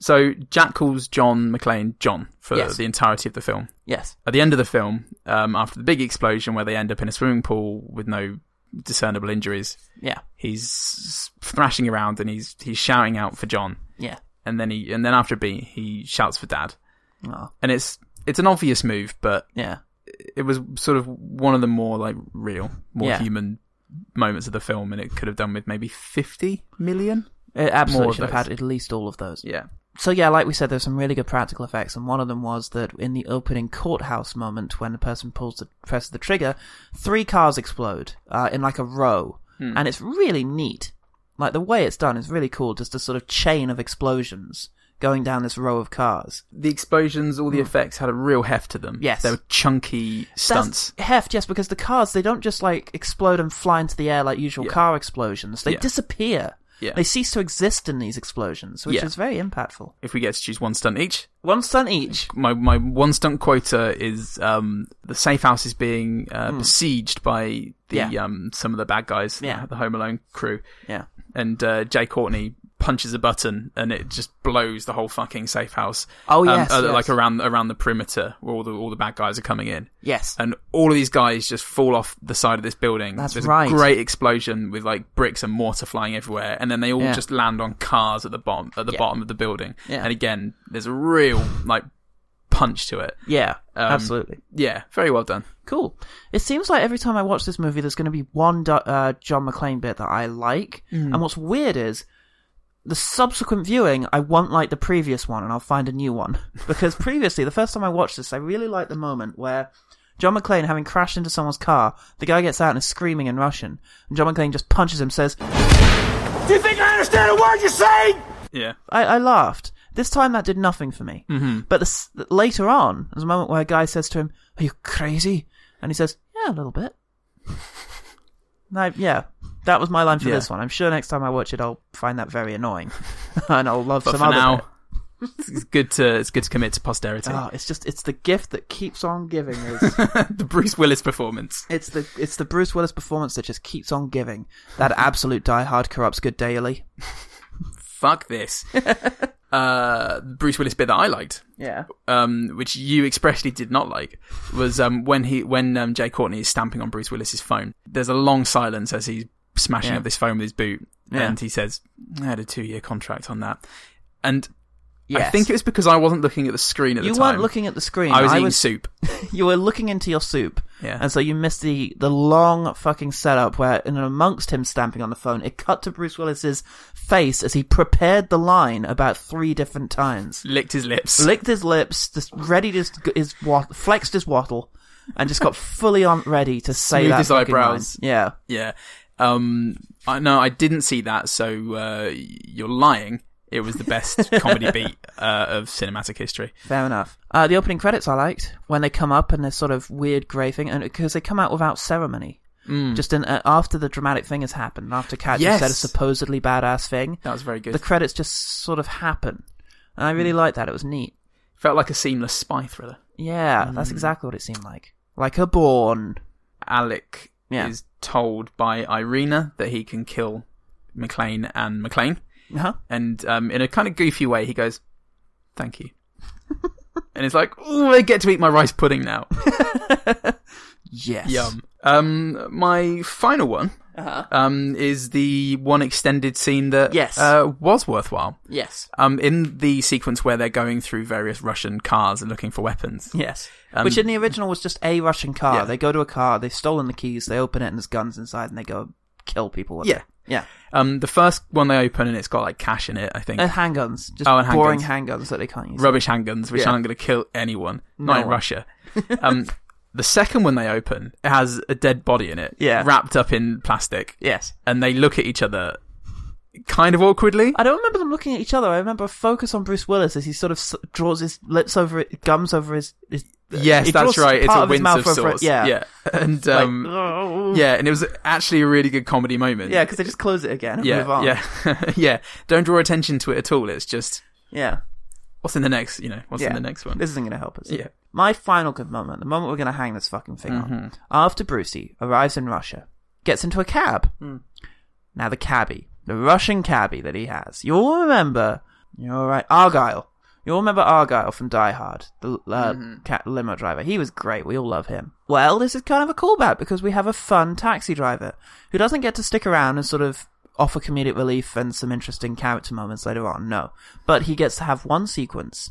B: So Jack calls John McClane John for
A: Yes.
B: the entirety of the film.
A: Yes.
B: At the end of the film, um, after the big explosion where they end up in a swimming pool with no discernible injuries,
A: Yeah.
B: he's thrashing around and he's he's shouting out for John,
A: Yeah.
B: and then he and then after a beat he shouts for Dad,
A: Oh,
B: and it's it's an obvious move, but
A: yeah.
B: it was sort of one of the more like real, more
A: Yeah.
B: human moments of the film, and it could have done with maybe fifty million.
A: It absolutely
B: More of
A: should have
B: those.
A: had at least all of those.
B: Yeah,
A: so yeah, like we said, there's some really good practical effects, and one of them was that in the opening courthouse moment, when the person pulls the presses the trigger, three cars explode uh, in like a row,
B: Hmm.
A: and it's really neat. Like the way it's done is really cool. Just a sort of chain of explosions going down this row of cars.
B: the explosions, all the effects had a real heft to them.
A: Hmm. Yes.
B: they were chunky stunts.
A: That's heft, yes, because the cars they don't just like explode and fly into the air like usual
B: Yeah.
A: car explosions. They
B: Yeah.
A: disappear.
B: Yeah.
A: They cease to exist in these explosions, which
B: Yeah.
A: is very impactful.
B: if we get to choose one stunt each.
A: One stunt each.
B: My my one stunt quota is um, the safe house is being uh, besieged by the
A: Hmm. Yeah.
B: um, some of the bad guys,
A: Yeah.
B: the Home Alone crew,
A: Yeah.
B: and uh, Jay Courtney punches a button and it just blows the whole fucking safe house.
A: Oh, yes,
B: uh,
A: yes.
B: like around around the perimeter where all the all the bad guys are coming in.
A: Yes.
B: and all of these guys just fall off the side of this building.
A: That's
B: There's
A: right.
B: A great explosion with like bricks and mortar flying everywhere, and then they all
A: Yeah.
B: just land on cars at the bottom at the
A: Yeah.
B: bottom of the building.
A: Yeah.
B: And again, there's a real like punch to it.
A: yeah,
B: Um,
A: absolutely.
B: Yeah, very well done.
A: Cool. It seems like every time I watch this movie, there's going to be one do- uh, John McClane bit that I like. And what's weird is the subsequent viewing, I won't like the previous one, and I'll find a new one (laughs) because previously, the first time I watched this, I really liked the moment where. John McClane, having crashed into someone's car, the guy gets out and is screaming in Russian. And John McClane just punches him, says,
D: Do you think I understand a word you're saying?
B: Yeah,
A: I, I laughed. This time that did nothing for me. Mm-hmm. But this, later on, there's a moment where a guy says to him, "Are you crazy?" And he says, "Yeah, a little bit." (laughs) And I- yeah, that was my line for
B: Yeah.
A: this one. I'm sure next time I watch it, I'll find that very annoying, (laughs) and I'll love
B: but
A: some
B: for
A: other.
B: now,
A: bit.
B: (laughs) it's good to it's good to commit to posterity.
A: Oh, it's just it's the gift that keeps on giving. Is
B: (laughs) the Bruce Willis performance.
A: it's the it's the Bruce Willis performance that just keeps on giving. That
B: Mm-hmm.
A: absolute diehard corrupts good daily. (laughs)
B: Fuck this. uh, Bruce Willis bit that I liked
A: Yeah.
B: um, which you expressly did not like, was um, when he when um, Jay Courtney is stamping on Bruce Willis's phone. There's a long silence as he's smashing
A: Yeah.
B: up this phone with his boot,
A: Yeah.
B: and he says, "I had a two year contract on that," and
A: Yes.
B: I think it was because I wasn't looking at the screen at
A: you
B: the time.
A: weren't looking at the screen.
B: I was eating soup.
A: you were looking into your soup,
B: Yeah.
A: and so you missed the the long fucking setup where, in amongst him stamping on the phone, it cut to Bruce Willis's face as he prepared the line about three different times,
B: Licked his lips.
A: licked his lips, just readied his his wat- flexed his wattle, and
B: (laughs)
A: just got fully on ready to say
B: Smoothed
A: that
B: his
A: fucking
B: eyebrows.
A: line. Yeah,
B: yeah. Um. I no, I didn't see that. So uh, you're lying. It was
A: (laughs)
B: the best comedy beat uh, of cinematic history.
A: fair enough. Uh, the opening credits I liked when they come up and they're sort of weird grey thing, and because they come out without ceremony. Just in, uh, after the dramatic thing has happened, after Kat just
B: Mm. Yes.
A: said a supposedly badass thing,
B: That was very good.
A: the credits just sort of happen. And I really liked that. It was neat.
B: Felt like a seamless spy thriller.
A: Yeah, that's exactly what it seemed like. Like a born.
B: Alec
A: Yeah.
B: is told by Irina that he can kill McLean and McLean.
A: Huh?
B: And um, in a kind of goofy way, he goes,
A: (laughs)
B: Thank you. and it's like, Oh, I get to eat my rice
A: (laughs)
B: pudding now.
A: (laughs) Yes.
B: Yum. Um, my final one um, is the one extended scene that
A: Uh-huh. Yes.
B: uh, was worthwhile.
A: Yes.
B: Um, in the sequence where they're going through various Russian cars and looking for weapons.
A: Yes.
B: Um,
A: Which in the original was just a Russian car.
B: Yeah.
A: They go to a car, they've stolen the keys, they open it, and there's guns inside, and they go kill people with
B: Yeah.
A: it. Yeah.
B: Um, the first one they open and it's got like cash in it, I think.
A: And Uh, handguns. Just
B: Oh, and
A: boring
B: handguns.
A: handguns. that they can't use.
B: rubbish handguns, which
A: Yeah.
B: aren't going to kill anyone,
A: No
B: not in
A: one.
B: Russia.
A: (laughs)
B: Um, the second one they open it has a dead body in it,
A: Yeah.
B: wrapped up in plastic,
A: Yes.
B: and they look at each other kind of awkwardly.
A: I don't remember them looking at each other. I remember a focus on Bruce Willis as he sort of s- draws his lips over it, gums over his. his
B: yes,
A: he
B: that's
A: draws
B: right. It's
A: part
B: a
A: of his
B: wince
A: mouth
B: of
A: over it,
B: sorts.
A: Yeah.
B: yeah,
A: (laughs)
B: and
A: Like,
B: um, yeah, and it was actually a really good comedy moment.
A: Yeah, because they just close it again and move
B: yeah,
A: on.
B: yeah, (laughs) yeah. Don't draw attention to it at all. It's just
A: yeah.
B: what's in the next. You know, what's
A: yeah.
B: in the next one?
A: This isn't going to help us.
B: Yeah. Mm-hmm.
A: My final good moment, the moment we're going to hang this fucking thing on. After Brucey arrives in Russia, gets into a cab.
B: Hmm.
A: Now the cabbie, the Russian cabbie that he has, you'll remember. You're right, Argyle. You'll remember Argyle from Die Hard, the uh,
B: Mm-hmm.
A: ca- limo driver. He was great. We all love him. Well, this is kind of a callback because we have a fun taxi driver who doesn't get to stick around and sort of offer comedic relief and some interesting character moments later on. No, but he gets to have one sequence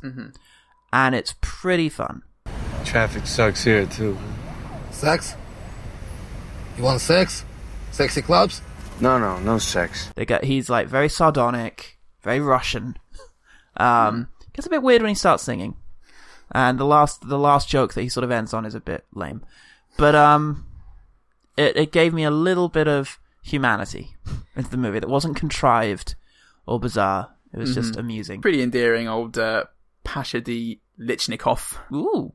A: and it's pretty fun.
C: Traffic sucks here too.
E: Sex? You want sex? Sexy clubs?
C: No, no, no sex.
A: They get he's like very sardonic, very Russian. Um, gets a bit weird when he starts singing, and the last the last joke that he sort of ends on is a bit lame, but um, it it gave me a little bit of humanity into the movie that wasn't contrived or bizarre. It was
B: Mm-hmm.
A: just amusing.
B: Pretty endearing, old uh, Pasha D. Lichnikov.
A: Ooh,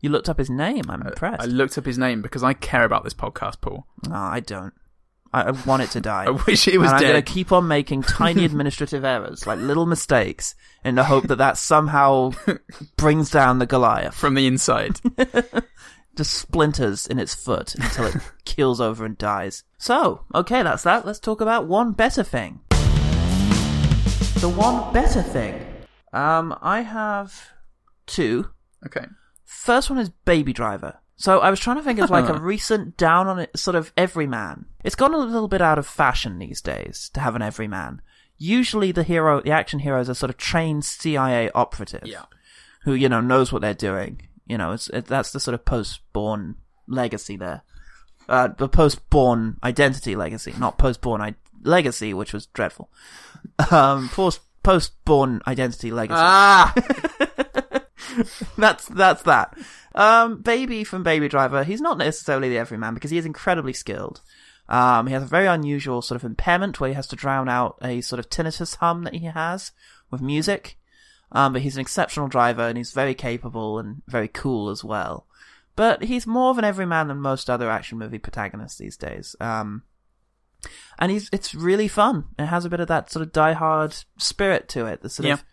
A: you looked up his name. I'm impressed.
B: I looked up his name because I care about this podcast, Paul.
A: no, I don't. I, I want it to die.
B: (laughs)
A: (laughs)
B: I wish it was
A: and I'm
B: dead.
A: going to keep on making
B: (laughs)
A: tiny administrative errors, like little mistakes, in the hope that that
B: (laughs)
A: somehow brings down the Goliath.
B: from the
A: (laughs)
B: inside.
A: Just splinters in its foot until
B: (laughs)
A: it keels over and dies. So, okay, that's that. Let's talk about one better thing. the one better thing. Um, I have two.
B: Okay.
A: First one is Baby Driver. So I was trying to think of like a recent down on it sort of everyman. It's gone a little bit out of fashion these days to have an everyman. Usually the hero, the action heroes are sort of trained CIA operative
B: Yeah.
A: who you know knows what they're doing. You know, it's it, that's the sort of post-born legacy there, uh, the post-born identity legacy, not post-born I- legacy, which was dreadful. Um, post post-born identity legacy.
B: Ah,
A: (laughs) that's that's that. Um, Baby from Baby Driver, he's not necessarily the everyman because he is incredibly skilled. Um, he has a very unusual sort of impairment where he has to drown out a sort of tinnitus hum that he has with music. Um, but he's an exceptional driver and he's very capable and very cool as well. But he's more of an everyman than most other action movie protagonists these days. Um, and he's it's really fun. It has a bit of that sort of die-hard spirit to it. The sort
B: Yeah.
A: of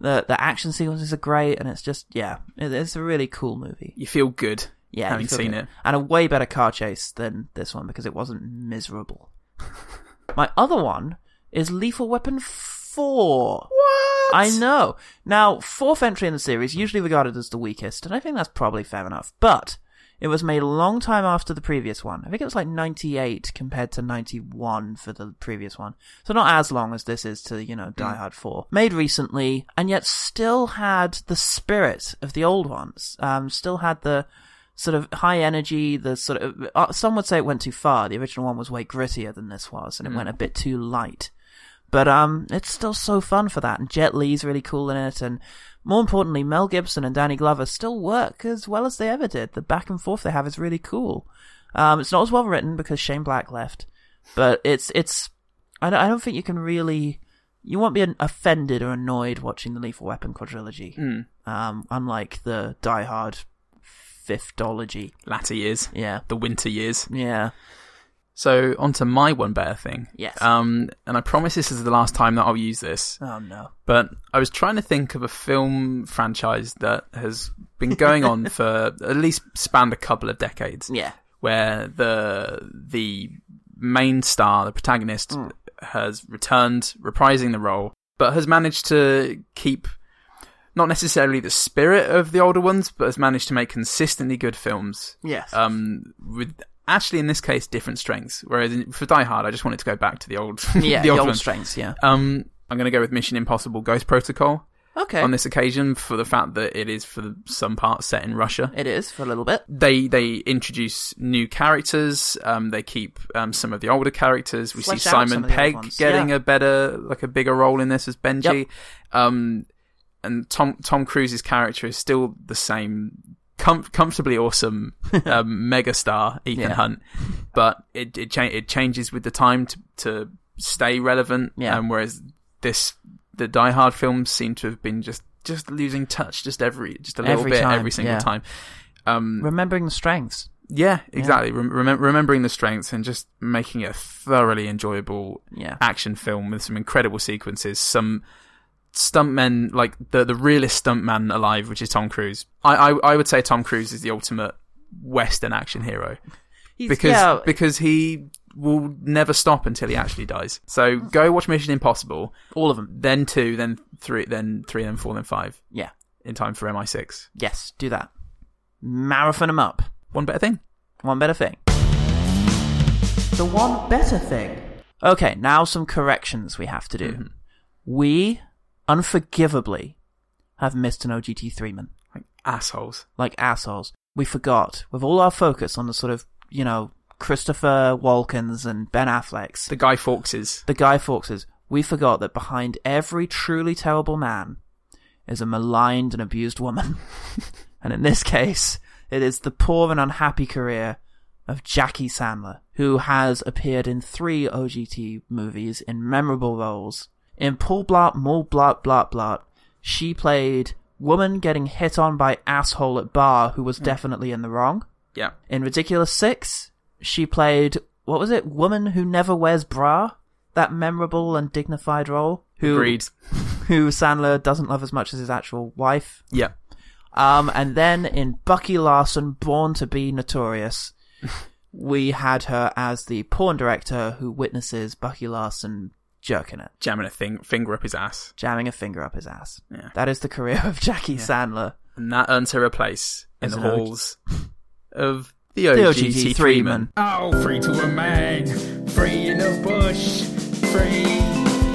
A: the the action sequences are great, and it's just yeah, it, it's a really cool movie.
B: you feel good.
A: Yeah,
B: having
A: you feel
B: seen
A: good.
B: it.
A: and a way better car chase than this one because it wasn't miserable. (laughs) My other one is Lethal Weapon Four.
B: What?
A: I know. Now, fourth entry in the series, usually regarded as the weakest, and I think that's probably fair enough, but it was made a long time after the previous one. I think it was like 98 compared to 91 for the previous one. So not as long as this is to, you
B: Hmm.
A: know, Die Hard 4. Made recently, and yet still had the spirit of the old ones. Um, still had the sort of high energy, the sort of, uh, some would say it went too far. The original one was way grittier than this was, and it went a bit too light. But um, it's still so fun for that, and Jet Li's really cool in it, and more importantly, Mel Gibson and Danny Glover still work as well as they ever did. The back and forth they have is really cool. Um, it's not as well written because Shane Black left, but it's it's. I don't, I don't think you can really. You won't be an- offended or annoyed watching the Lethal Weapon quadrilogy,
B: Hmm.
A: um, unlike the Die Hard fifthology.
B: Latter years,
A: Yeah,
B: the winter years.
A: yeah,
B: So on to my one better thing.
A: Yes.
B: Um, and I promise this is the last time that I'll use this.
A: oh no,
B: but I was trying to think of a film franchise that has been
A: (laughs)
B: going on for at least spanned a couple of decades,
A: yeah,
B: where the the main star, the protagonist, has returned, reprising the role, but has managed to keep not necessarily the spirit of the older ones, but has managed to make consistently good films
A: yes, (laughs)
B: um, with actually in this case different strengths. Whereas in, for Die Hard, I just wanted to go back to the old, (laughs)
A: yeah,
B: the old, ones.
A: strengths, yeah,
B: Um, I'm going to go with Mission Impossible: Ghost Protocol
A: (laughs) okay,
B: on this occasion for the fact that it is for some parts set in Russia.
A: it is for a little bit.
B: They they introduce new characters. Um, they keep um, some of the older characters. We
A: Flesh
B: see
A: out some
B: Simon
A: of the
B: Pegg
A: other ones,
B: getting
A: yeah.
B: a better, like a bigger role in this as Benji. Um, and Tom Tom Cruise's character is still the same, com-
A: (laughs)
B: comfortably awesome um, megastar Ethan
A: Yeah.
B: Hunt, but it it, cha- it changes with the time to to stay relevant.
A: Yeah.
B: Um, whereas this the Die Hard films seem to have been just just losing touch just every just a little
A: Every
B: bit
A: time,
B: every single
A: yeah.
B: time. Um,
A: Remembering the strengths.
B: yeah, exactly. Rem- remem- remembering the strengths and just making it a thoroughly enjoyable
A: Yeah.
B: action film with some incredible sequences. Some stuntmen, like the the realest stuntman alive, which is Tom Cruise. I I, I would say Tom Cruise is the ultimate Western action hero
A: He's,
B: because
A: yeah,
B: because he will never stop until he actually dies. So go watch Mission Impossible,
A: all of them.
B: then two, then three, then three, then four, then five,
A: Yeah.
B: in time for MI6.
A: Yes, do that. Marathon them up.
B: One better thing.
A: One better thing. The one better thing. Mm-hmm. Okay, now some corrections we have to do.
B: Mm-hmm.
A: We unforgivably have missed an OGT three man.
B: Like assholes.
A: like assholes. We forgot, with all our focus on the sort of, you know, Christopher Walkens and Ben Afflecks,
B: The Guy Fawkes.
A: the Guy Fawkes, we forgot that behind every truly terrible man is a maligned and abused woman. (laughs) and in this case, it is the poor and unhappy career of Jackie Sandler, who has appeared in three OGT movies in memorable roles. In Paul Blart, Maul Blart, Blart, Blart, she played woman getting hit on by asshole at bar who was definitely in the wrong.
B: Yeah.
A: In Ridiculous Six, she played what was it? Woman who never wears bra. That memorable and dignified role. Who
B: Agreed.
A: who Sandler doesn't love as much as his actual wife.
B: Yeah.
A: Um, and then in Bucky Larson, Born to Be Notorious, (laughs) we had her as the porn director who witnesses Bucky Larson jerking it,
B: jamming a thing, finger up his ass,
A: jamming a finger up his ass.
B: Yeah.
A: That is the career of Jackie Sandler.
B: and that earns her a place in
A: As
B: the
A: an OG.
B: halls of the
A: The
B: OGT
A: OGT three man.
B: Threeman.
F: Oh, free to a man, free in the bush, free,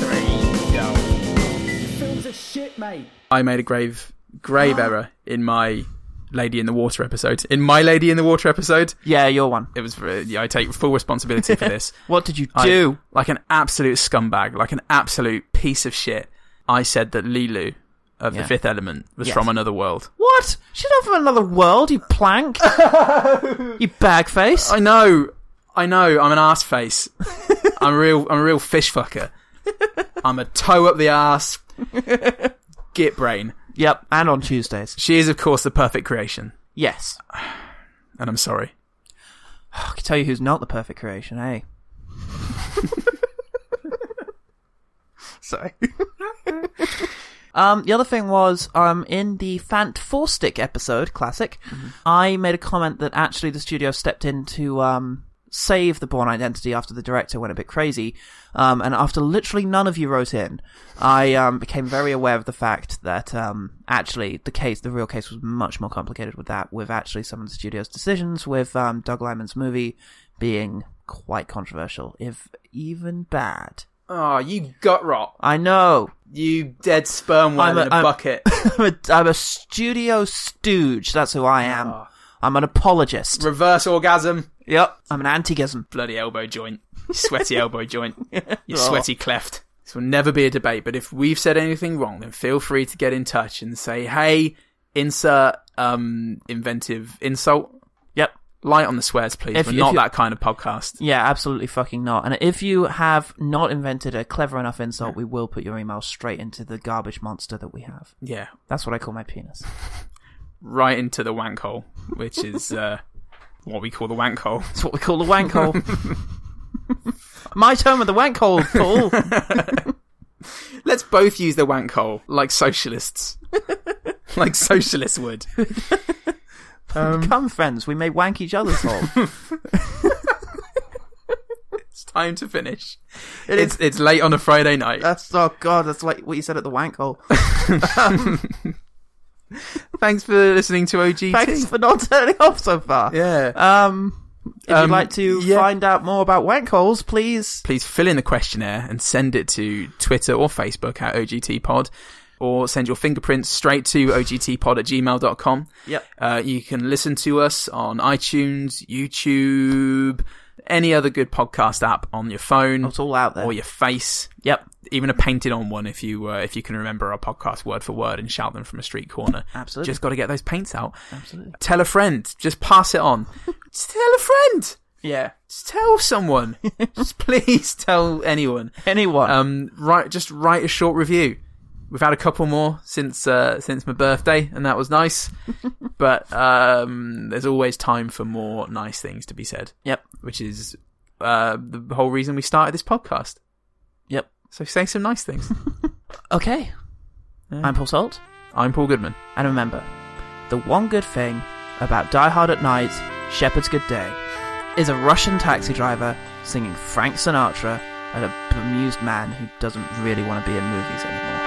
F: free, yo. Films are shit, mate.
B: I made a grave, grave error in my Lady in the Water episode. In my Lady in the Water episode,
A: Yeah, you're one.
B: it was. for- Yeah, I take full
A: (laughs)
B: responsibility for this.
A: What did you
B: I-
A: do?
B: like an absolute scumbag, like an absolute piece of shit. I said that Lilu of
A: Yeah.
B: the Fifth Element was
A: Yes.
B: from another world.
A: What? She's not from another world, you plank. you bagface.
B: I know, I know. I'm an
A: (laughs)
B: ass face. I'm a real, I'm a real fish fucker. I'm a toe up
A: (laughs)
B: the ass, git brain.
A: Yep, and on Tuesdays.
B: She is, of course, the perfect creation,
A: Yes. Oh,
B: and I'm sorry.
A: I can tell you who's not the perfect creation, eh?
B: Sorry.
A: Um, the other thing was, um, in the Fantforstick episode, classic, I made a comment that actually the studio stepped in to um, save the Born Identity after the director went a bit crazy. Um, and after literally none of you wrote in, I um, became very aware of the fact that um, actually the case, the real case, was much more complicated with that, with actually some of the studio's decisions, with um, Doug Lyman's movie being quite controversial, if even bad.
B: Oh, you gut rot.
A: I know.
B: You dead sperm whale
A: I'm a-
B: in a
A: I'm- (laughs)
B: bucket.
A: I'm a, I'm a studio stooge. That's who I am.
B: Ah.
A: I'm an apologist.
B: Reverse orgasm.
A: yep. I'm an antigism.
B: Bloody elbow joint.
A: (laughs)
B: Sweaty elbow joint. Your
A: Oh.
B: sweaty cleft. This will never be a debate, but if we've said anything wrong, then feel free to get in touch and say, hey, insert um, inventive insult.
A: Yep.
B: Light on the swears, please.
A: If-
B: We're
A: if
B: not
A: you-
B: that kind of podcast.
A: Yeah, absolutely fucking not. And if you have not invented a clever enough insult, we will put your email straight into the garbage monster that we have.
B: Yeah.
A: That's what I call my penis.
B: Right into the wank hole, which is uh, what we call the wank hole.
A: That's what we call the wank (laughs) hole. my term of the wank hole, (laughs) Paul.
B: Let's both use the wank hole like
A: (laughs)
B: socialists. like socialists would.
A: Come, friends, we may wank each other's hole.
B: It's time to finish.
A: It
B: It's
A: is.
B: it's late on a Friday night.
A: That's oh god, that's like what you said at the wank hole.
B: Thanks for listening to OGT.
A: Thanks for not turning off so far.
B: Yeah.
A: Um, if
B: Um,
A: you'd like to
B: yeah.
A: find out more about wank holes, please.
B: please fill in the questionnaire and send it to Twitter or Facebook at OGT Pod, or send your fingerprints straight to OGTpod at gmail.com.
A: Yep.
B: Uh, you can listen to us on iTunes, YouTube, any other good podcast app on your phone
A: It's all out there.
B: or your face,
A: Yep.
B: even a painted on one if you uh, if you can remember our podcast word for word and shout them from a street corner.
A: Absolutely.
B: Just got to get those paints out.
A: Absolutely.
B: Tell a friend. Just pass
A: (laughs)
B: it on. Just tell a friend.
A: Yeah.
B: Just
A: (laughs)
B: tell someone. just please tell anyone.
A: Anyone.
B: Um, write just write a short review. We've had a couple more since uh, since my birthday, and that
A: (laughs)
B: was nice. but um, there's always time for more nice things to be said,
A: yep.
B: which is uh, the whole reason we started this podcast.
A: Yep.
B: So say some nice things.
A: Okay. I'm Paul Salt,
B: I'm Paul Goodman.
A: and remember, the one good thing about Die Hard at Night, Shepherd's Good Day, is a Russian taxi driver singing Frank Sinatra at a bemused man who doesn't really want to be in movies anymore.